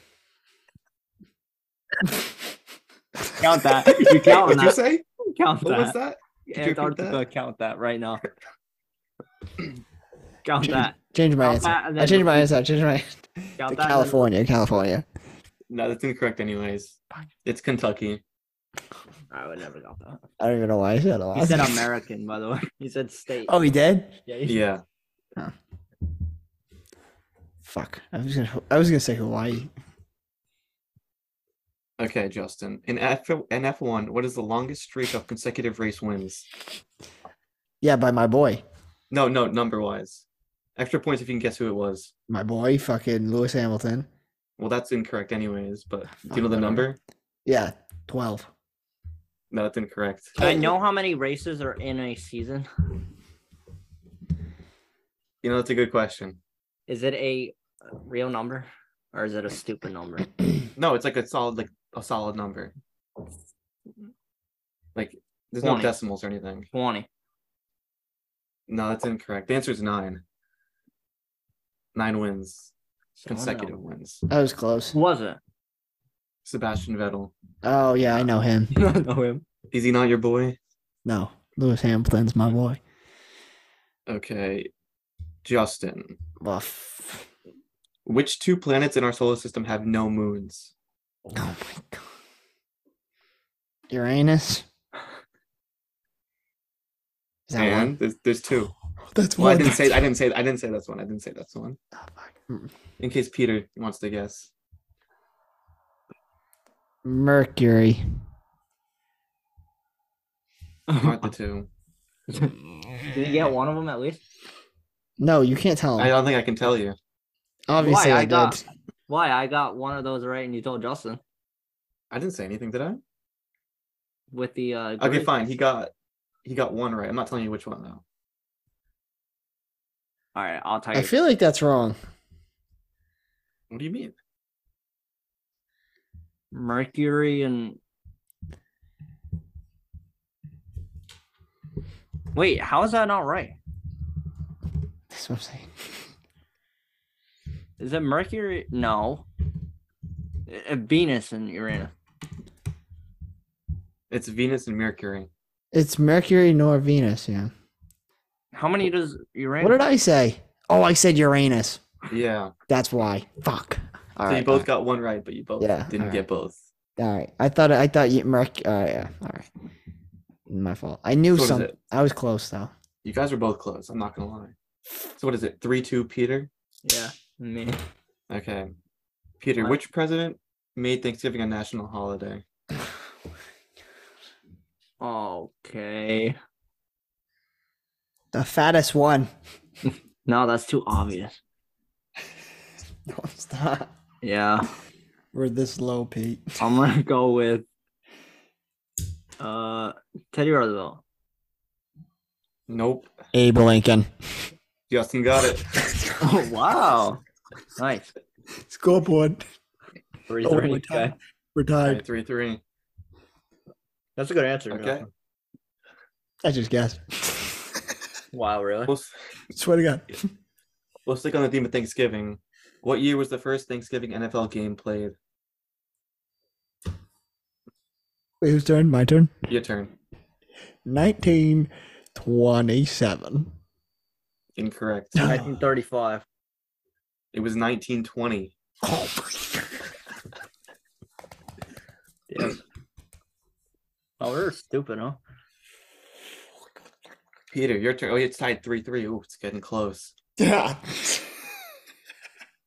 Speaker 3: count that. You count
Speaker 4: [LAUGHS] What'd you
Speaker 3: that.
Speaker 4: say?
Speaker 3: count
Speaker 4: What
Speaker 3: that.
Speaker 4: was that? Could you repeat
Speaker 3: Antarctica.
Speaker 4: that?
Speaker 3: Count that
Speaker 2: [CLEARS THROAT]
Speaker 3: right now. count
Speaker 2: Change-
Speaker 3: that.
Speaker 2: Change my
Speaker 3: Count
Speaker 2: answer.
Speaker 3: that and
Speaker 2: I
Speaker 3: then
Speaker 2: changed my answer. I changed my
Speaker 3: Count
Speaker 2: to
Speaker 3: that.
Speaker 2: California. California.
Speaker 4: No, that's incorrect. Anyways,
Speaker 2: Fuck.
Speaker 4: it's Kentucky.
Speaker 3: I would never
Speaker 2: [LAUGHS]
Speaker 3: got that.
Speaker 2: I don't even know why I said that.
Speaker 3: He said American, by the way. He said state.
Speaker 2: Oh, he did.
Speaker 3: yeah. he-
Speaker 4: Yeah,
Speaker 2: Fuck. I was gonna. I was gonna say Hawaii.
Speaker 4: Okay, Justin. In F in F one, what is the longest streak of consecutive race wins?
Speaker 2: Yeah, by my boy.
Speaker 4: No, no, number wise. Extra points if you can guess who it was.
Speaker 2: My boy, fucking Lewis Hamilton.
Speaker 4: Well, that's incorrect, anyways. But do you
Speaker 2: Fuck,
Speaker 4: know the
Speaker 2: whatever.
Speaker 4: number?
Speaker 2: Yeah, twelve.
Speaker 4: No, that's incorrect.
Speaker 2: Oh.
Speaker 3: Do I know how many races are in a season?
Speaker 4: You know, that's a good question.
Speaker 3: Is it a real number or is it a stupid number?
Speaker 4: No, it's like a solid, like a solid number. Like there's no
Speaker 3: Twenty.
Speaker 4: decimals or anything.
Speaker 3: 20.
Speaker 4: No, that's incorrect. The answer is nine. Nine wins,
Speaker 3: So I don't know.
Speaker 4: consecutive wins.
Speaker 2: That was close.
Speaker 3: Who was it?
Speaker 4: Sebastian Vettel.
Speaker 2: Oh yeah, I know him.
Speaker 3: I don't know him.
Speaker 4: Is he not your boy?
Speaker 2: No, Lewis Hamilton's my boy.
Speaker 4: Okay, Justin.
Speaker 2: Well, f-
Speaker 4: Which two planets in our solar system have no moons?
Speaker 2: oh my god. Uranus. Is that
Speaker 4: and
Speaker 2: one?
Speaker 4: There's,
Speaker 2: [LAUGHS]
Speaker 4: there's two.
Speaker 2: That's
Speaker 4: Well, I didn't say I didn't say I didn't say that's one. I didn't say that's one.
Speaker 2: Oh, fuck.
Speaker 4: In case Peter wants to guess.
Speaker 2: Mercury.
Speaker 4: Aren't
Speaker 2: [LAUGHS]
Speaker 4: the two?
Speaker 3: Did you get one of them at least?
Speaker 2: No, you can't tell.
Speaker 4: I
Speaker 2: Him.
Speaker 4: don't think I can tell you.
Speaker 2: Obviously,
Speaker 3: Why?
Speaker 2: I,
Speaker 3: I
Speaker 2: did.
Speaker 3: got- Why? I got one of those right and you told Justin.
Speaker 4: I didn't say anything, did I?
Speaker 3: with the uh
Speaker 4: Okay,
Speaker 3: grid.
Speaker 4: fine. He got he got one right. I'm not telling you which one though.
Speaker 3: All right, I'll tell you.
Speaker 2: I feel like that's wrong.
Speaker 4: What do you mean?
Speaker 3: Mercury and Wait, how is that not right?
Speaker 2: That's what I'm saying.
Speaker 3: Is it Mercury? No. Uh, Venus and Uranus.
Speaker 4: It's Venus and Mercury.
Speaker 2: It's Mercury nor Venus. Yeah.
Speaker 3: How many does Uranus?
Speaker 2: What did I say? Oh, I said Uranus.
Speaker 4: [LAUGHS] Yeah.
Speaker 2: That's why. Fuck. All
Speaker 4: so
Speaker 2: right.
Speaker 4: you both
Speaker 2: all
Speaker 4: got one right, but you both
Speaker 2: Yeah,
Speaker 4: didn't
Speaker 2: all
Speaker 4: get both.
Speaker 2: right, all right. I thought. I thought you Merc. Uh, yeah. All right. My fault. I knew
Speaker 4: So what is
Speaker 2: some.
Speaker 4: it?
Speaker 2: I was close though.
Speaker 4: You guys were both close. I'm not gonna lie. So what is it? Three two, Peter.
Speaker 3: Yeah, me.
Speaker 4: Okay, Peter.
Speaker 3: What?
Speaker 4: Which president made Thanksgiving a national holiday?
Speaker 3: Okay.
Speaker 2: The fattest one. [LAUGHS]
Speaker 3: No, that's too obvious.
Speaker 2: No, it's not.
Speaker 3: Yeah,
Speaker 2: We're this low, Pete.
Speaker 3: I'm [LAUGHS] gonna go with uh Teddy Roosevelt.
Speaker 4: Nope.
Speaker 2: Abe Lincoln.
Speaker 4: Justin got [LAUGHS] it.
Speaker 3: Oh wow, nice.
Speaker 2: Scoreboard.
Speaker 3: Three,
Speaker 2: Oh,
Speaker 3: three.
Speaker 2: we're
Speaker 3: Okay.
Speaker 2: tied. We're tied.
Speaker 4: Okay, three three.
Speaker 3: That's a good answer.
Speaker 4: Okay.
Speaker 3: Jonathan.
Speaker 2: I just guessed.
Speaker 3: Wow, really?
Speaker 4: We'll s-
Speaker 2: Swear to God.
Speaker 4: we'll stick on the theme of Thanksgiving. What year was the first Thanksgiving NFL game played?
Speaker 2: Wait, whose turn? My turn.
Speaker 4: Your turn.
Speaker 2: 1927.
Speaker 4: Incorrect.
Speaker 3: 1935.
Speaker 4: It was 1920.
Speaker 2: Oh my God.
Speaker 3: Yeah. Oh, we're stupid, huh?
Speaker 4: Peter, your turn. Oh, it's tied three three. Oh, it's getting close.
Speaker 2: Yeah.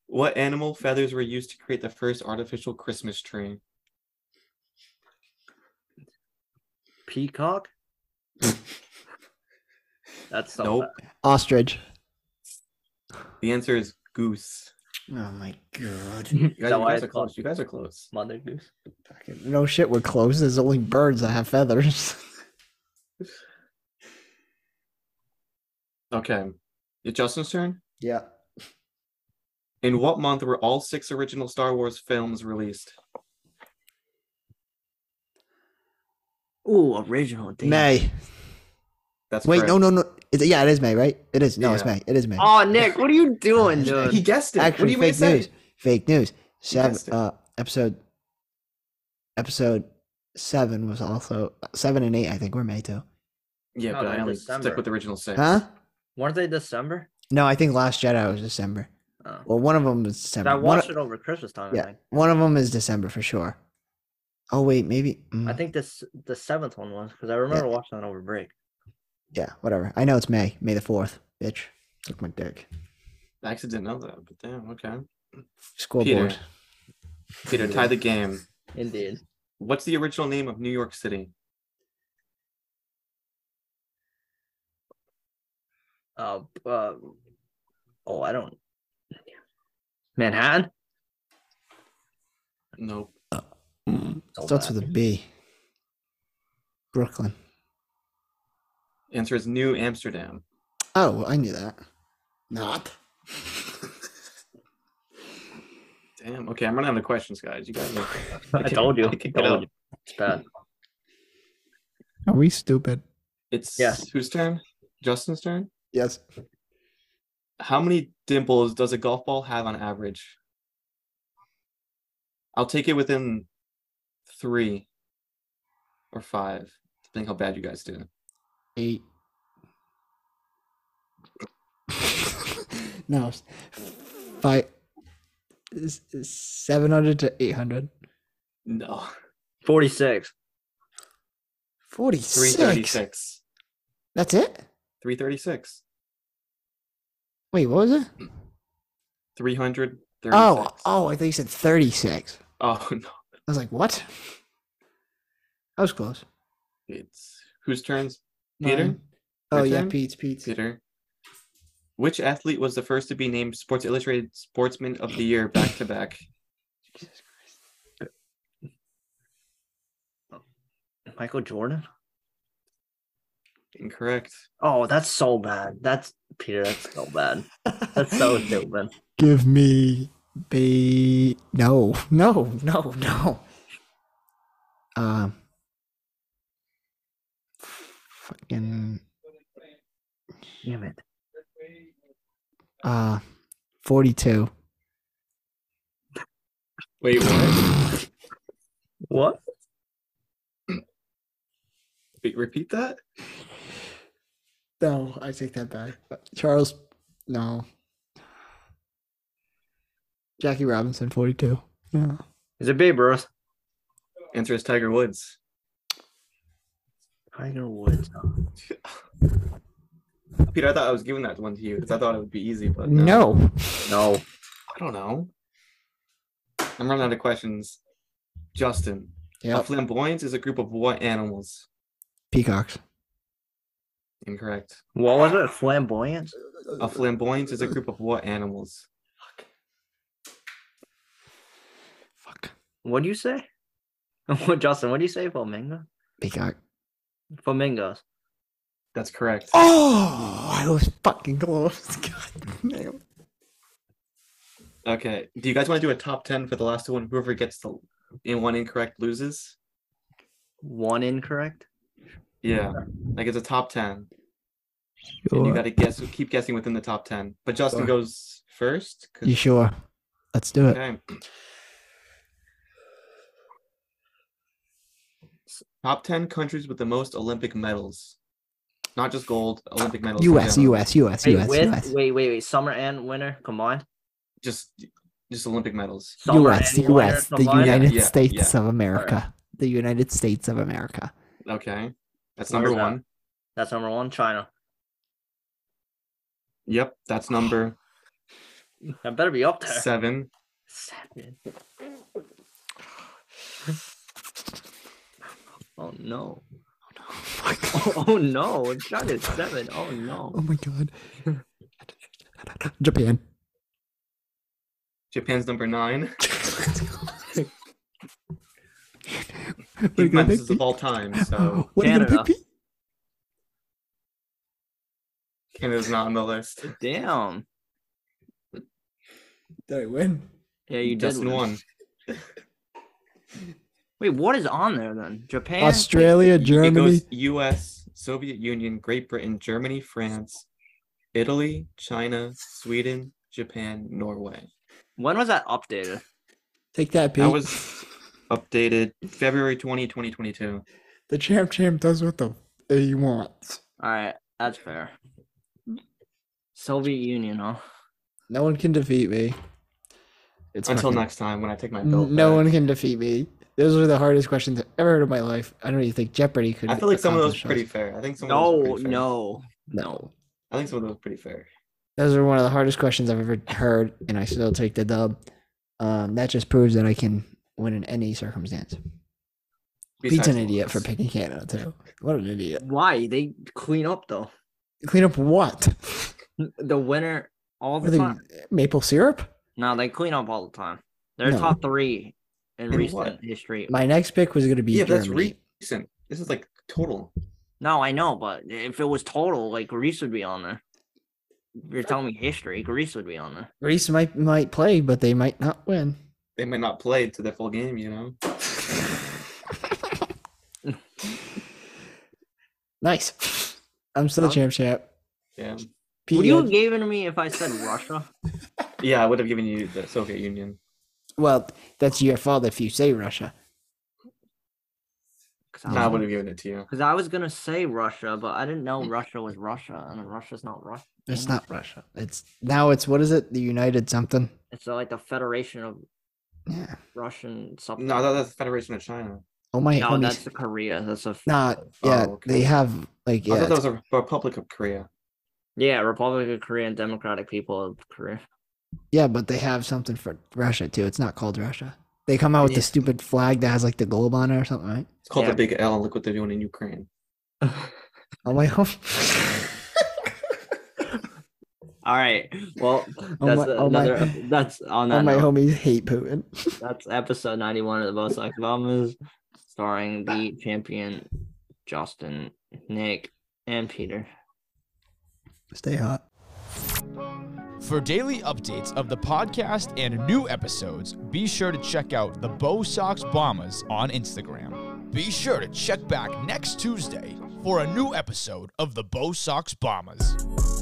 Speaker 4: What animal feathers were used to create the first artificial Christmas tree?
Speaker 3: Peacock. That's so
Speaker 4: Nope.
Speaker 2: [SIGHS] Ostrich.
Speaker 4: The answer is goose.
Speaker 2: Oh my God.
Speaker 3: bad.
Speaker 4: You guys,
Speaker 3: That
Speaker 4: you
Speaker 3: why
Speaker 4: guys
Speaker 3: it's
Speaker 4: are
Speaker 3: called
Speaker 4: close. You guys are close.
Speaker 3: Mother Goose.
Speaker 2: Fucking- No shit, we're close. There's only birds that have
Speaker 4: [LAUGHS]
Speaker 2: feathers.
Speaker 4: Okay. It's Justin's turn.
Speaker 2: yeah.
Speaker 4: In what month were all six original Star Wars films released?
Speaker 3: Ooh, original.
Speaker 2: [LAUGHS]
Speaker 3: Damn.
Speaker 2: May.
Speaker 4: That's
Speaker 2: Wait,
Speaker 4: correct.
Speaker 2: no, no, no. Is it, yeah, it is May, right? It is. No, it's
Speaker 4: Yeah.
Speaker 2: May. It is May.
Speaker 3: Oh, Nick, what are you doing, dude?
Speaker 4: He guessed it. what do
Speaker 2: Actually,
Speaker 4: you mean
Speaker 2: fake news.
Speaker 4: say?
Speaker 2: Fake news. Seven.
Speaker 4: guessed it.
Speaker 2: Uh, episode. Episode seven was also seven and eight. I think were May too.
Speaker 4: Yeah,
Speaker 3: Oh, No,
Speaker 4: but
Speaker 3: they're
Speaker 4: I only
Speaker 3: December.
Speaker 4: stick with the original six.
Speaker 2: Huh?
Speaker 3: Weren't they December?
Speaker 2: No, I think Last Jedi was December.
Speaker 3: Oh.
Speaker 2: Well, one of them was
Speaker 3: But
Speaker 2: December.
Speaker 3: I
Speaker 2: One
Speaker 3: watched
Speaker 2: o-
Speaker 3: it over Christmas time. I
Speaker 2: yeah,
Speaker 3: think.
Speaker 2: one of them is December for sure. Oh wait, maybe. mm,
Speaker 3: I think this the seventh one was because I remember watching that over break.
Speaker 2: yeah, whatever. I know it's May, May the fourth. Bitch, took my dick.
Speaker 4: I actually didn't know that, but damn, okay.
Speaker 2: Scoreboard.
Speaker 4: Peter, tie the game.
Speaker 3: Indeed.
Speaker 4: What's the original name of New York City?
Speaker 3: Uh, uh, oh, I don't. Manhattan.
Speaker 4: Nope.
Speaker 2: Mm,
Speaker 3: So
Speaker 2: Starts
Speaker 3: bad.
Speaker 2: with a B. Brooklyn.
Speaker 4: Answer is New Amsterdam.
Speaker 2: Oh, I knew that. [LAUGHS] Not.
Speaker 4: Damn. Okay, I'm running out of questions, guys.
Speaker 3: [LAUGHS]
Speaker 4: You got me.
Speaker 3: I told you.
Speaker 4: I can't
Speaker 3: told
Speaker 4: get out.
Speaker 3: you. It's bad.
Speaker 2: Are we stupid?
Speaker 4: It's
Speaker 3: Yes.
Speaker 4: whose turn? Justin's turn.
Speaker 2: Yes.
Speaker 4: How many dimples does a golf ball have on average? I'll take it within three or five, depending how bad you guys do.
Speaker 2: Eight. [LAUGHS] no. s- Five. s- s- 700 to 800.
Speaker 4: No,
Speaker 3: Forty-six.
Speaker 2: 46.
Speaker 4: 336.
Speaker 2: That's it?
Speaker 4: 336.
Speaker 2: Wait, what was it?
Speaker 4: 336.
Speaker 2: Oh, oh, I thought you said 36.
Speaker 4: oh, no.
Speaker 2: I was like, what? I was close.
Speaker 4: It's whose turns? Peter?
Speaker 2: Mine. Oh, yeah,
Speaker 4: turn?
Speaker 2: Pete's, Pete's.
Speaker 4: Peter. Which athlete was the first to be named Sports Illustrated Sportsman of the Year back to back?
Speaker 3: Michael Jordan?
Speaker 4: Incorrect.
Speaker 3: Oh, that's so bad. That's Peter. That's so bad.
Speaker 2: [LAUGHS]
Speaker 3: That's so stupid.
Speaker 2: Give me B. No, no, no, no. Um. Fucking.
Speaker 3: Damn it.
Speaker 2: Uh, 42.
Speaker 4: Wait, what?
Speaker 3: What?
Speaker 4: Wait, repeat that?
Speaker 2: No, I take that back. Charles, no. Jackie Robinson, 42. Yeah.
Speaker 3: Is it Babe Ruth?
Speaker 4: Answer is Tiger Woods.
Speaker 3: Tiger Woods.
Speaker 4: Peter, I thought I was giving that one to you because I thought it would be easy, but
Speaker 2: No.
Speaker 3: No.
Speaker 4: I don't know. I'm running out of questions. Justin, a
Speaker 2: Yep.
Speaker 4: flamboyant is a group of what animals?
Speaker 2: Peacocks.
Speaker 4: Incorrect.
Speaker 3: What was it? Flamboyant?
Speaker 4: A flamboyant is a group of what animals?
Speaker 2: Fuck.
Speaker 3: What'd you say? [LAUGHS] What, Justin, what do you say? Flamingo?
Speaker 2: Peacock.
Speaker 3: Flamingos.
Speaker 4: That's correct.
Speaker 2: Oh, I was fucking close. [LAUGHS] God damn.
Speaker 4: Okay. Do you guys want to do a top ten for the last one? Whoever gets the in one incorrect loses.
Speaker 3: One incorrect?
Speaker 4: Yeah. Like it's a top ten. And you
Speaker 2: Sure.
Speaker 4: gotta guess keep guessing within the top ten. But Justin
Speaker 2: Sure.
Speaker 4: goes first. 'cause-
Speaker 2: You sure? Let's do it.
Speaker 4: Okay. Top 10 countries with the most Olympic medals. Not just gold, Olympic medals. in
Speaker 2: US,
Speaker 4: general.
Speaker 2: US, US,
Speaker 3: Wait,
Speaker 2: US,
Speaker 3: with,
Speaker 2: US.
Speaker 3: wait, wait, wait. Summer and winter combined?
Speaker 4: Just just Olympic medals.
Speaker 3: Summer
Speaker 2: US,
Speaker 3: and winter
Speaker 2: US, the
Speaker 3: combined?
Speaker 2: United
Speaker 4: Yeah,
Speaker 2: States
Speaker 4: yeah.
Speaker 2: of America. The United States of America.
Speaker 4: Okay.
Speaker 3: Where's
Speaker 4: That's number
Speaker 3: that?
Speaker 4: one.
Speaker 3: That's number one. China.
Speaker 4: Yep. That's number
Speaker 3: That better be up [LAUGHS] there.
Speaker 4: seven.
Speaker 3: Seven. Oh no.
Speaker 2: Oh my God.
Speaker 3: Oh, no. It's not at seven. Oh no.
Speaker 2: my god.
Speaker 4: [LAUGHS]
Speaker 2: Japan.
Speaker 4: Japan's
Speaker 2: [LAUGHS]
Speaker 4: number nine.
Speaker 2: What are you
Speaker 4: Keep in
Speaker 2: gonna
Speaker 4: mind,
Speaker 2: pick,
Speaker 4: this is of all uh, time,
Speaker 2: [LAUGHS]
Speaker 4: so
Speaker 2: What are you gonna
Speaker 3: Canada.
Speaker 2: pick, Pete?
Speaker 4: Canada's not on the list.
Speaker 3: Damn.
Speaker 2: Did I win?
Speaker 3: Yeah, you did
Speaker 4: Justin
Speaker 3: win.
Speaker 4: won.
Speaker 3: Wait, what is on there then? Japan.
Speaker 2: Australia,
Speaker 4: It
Speaker 2: Germany.
Speaker 4: goes US, Soviet Union, Great Britain, Germany, France, Italy, China, Sweden, Japan, Norway.
Speaker 3: When was that updated?
Speaker 2: Take that, Pete.
Speaker 4: That was updated February 20, 2022.
Speaker 2: The champ champ does what the f- he wants.
Speaker 3: All right, that's fair. Soviet Union, huh?
Speaker 2: No one can defeat me. It's
Speaker 4: Until
Speaker 2: fucking-
Speaker 4: next time when I take my belt.
Speaker 2: N- No
Speaker 4: back.
Speaker 2: one can defeat me. Those are the hardest questions I've ever heard in my life. I don't even think Jeopardy could.
Speaker 4: I feel like some of those
Speaker 2: accomplish
Speaker 4: are pretty fair. I think some of those are
Speaker 3: No,
Speaker 4: pretty fair.
Speaker 3: no.
Speaker 2: No,
Speaker 4: I think some of those are pretty fair.
Speaker 2: those are one of the hardest questions I've ever heard, and I still take the dub. Um, that just proves that I can win in any circumstance. Pete's
Speaker 4: Besides
Speaker 2: an
Speaker 4: the
Speaker 2: idiot for
Speaker 4: laws.
Speaker 2: picking Canada too. What an idiot!
Speaker 3: Why they clean up though?
Speaker 2: Clean up what?
Speaker 3: The winner all
Speaker 2: What are
Speaker 3: the
Speaker 2: they-
Speaker 3: time.
Speaker 2: maple syrup?
Speaker 3: No, they clean up all the time. They're
Speaker 2: No.
Speaker 3: top three in
Speaker 4: In
Speaker 3: recent
Speaker 4: what?
Speaker 3: history.
Speaker 2: My next pick was going to be
Speaker 4: Yeah, that's
Speaker 2: Germany.
Speaker 4: recent. This is like total.
Speaker 3: No, I know, but if it was total, like Greece would be on there. You're telling me history. Greece would be on there.
Speaker 2: Greece might might play, but they might not win.
Speaker 4: They might not play to the full game, you know?
Speaker 2: nice. [LAUGHS] I'm still
Speaker 3: Huh?
Speaker 2: champ champ. E
Speaker 4: Yeah.
Speaker 2: Pete,
Speaker 3: Would you
Speaker 2: yeah.
Speaker 3: have given me if I said Russia?
Speaker 4: Yeah, I would have given you the Soviet Union.
Speaker 2: well, that's your fault if you say Russia. Um,
Speaker 3: Because
Speaker 4: I
Speaker 3: I,
Speaker 4: would
Speaker 3: was-
Speaker 4: have given it to you.
Speaker 3: 'cause I was gonna say Russia, but I didn't know Russia was Russia, and Russia's not Russia.
Speaker 2: It's not Russia. It's now it's what is it? The United something.
Speaker 3: It's uh, like the Federation of
Speaker 2: Yeah.
Speaker 3: Russian something.
Speaker 4: No, I thought that's the Federation of China.
Speaker 2: Oh my
Speaker 3: No,
Speaker 2: homies.
Speaker 3: that's the Korea. That's a
Speaker 2: Nah, yeah,
Speaker 4: Oh, okay.
Speaker 2: they have like
Speaker 4: I
Speaker 2: yeah,
Speaker 4: thought that was a Republic of Korea.
Speaker 3: yeah, Republic of Korea and Democratic People of Korea.
Speaker 2: yeah, but they have something for Russia too. It's not called Russia. They come out with
Speaker 3: Yeah.
Speaker 2: the stupid flag that has like the globe on it or something, right?
Speaker 4: It's called
Speaker 3: Yeah.
Speaker 4: the Big L. Look what they're doing in Ukraine.
Speaker 2: Oh
Speaker 4: [LAUGHS]
Speaker 2: my hom-
Speaker 3: All right. Well,
Speaker 2: Oh
Speaker 3: that's
Speaker 2: my- oh my-
Speaker 3: another. That's on
Speaker 2: All
Speaker 3: that.
Speaker 2: my
Speaker 3: note,
Speaker 2: homies hate Putin.
Speaker 3: that's episode ninety-one of the Most Liked Mamas. starring the champion Justin, Nick, and Peter.
Speaker 5: Stay hot.
Speaker 6: For daily updates of the podcast and new episodes, be sure to check out the Bow Sox Bombers on Instagram. Be sure to check back next Tuesday for a new episode of the Bow Sox Bombers.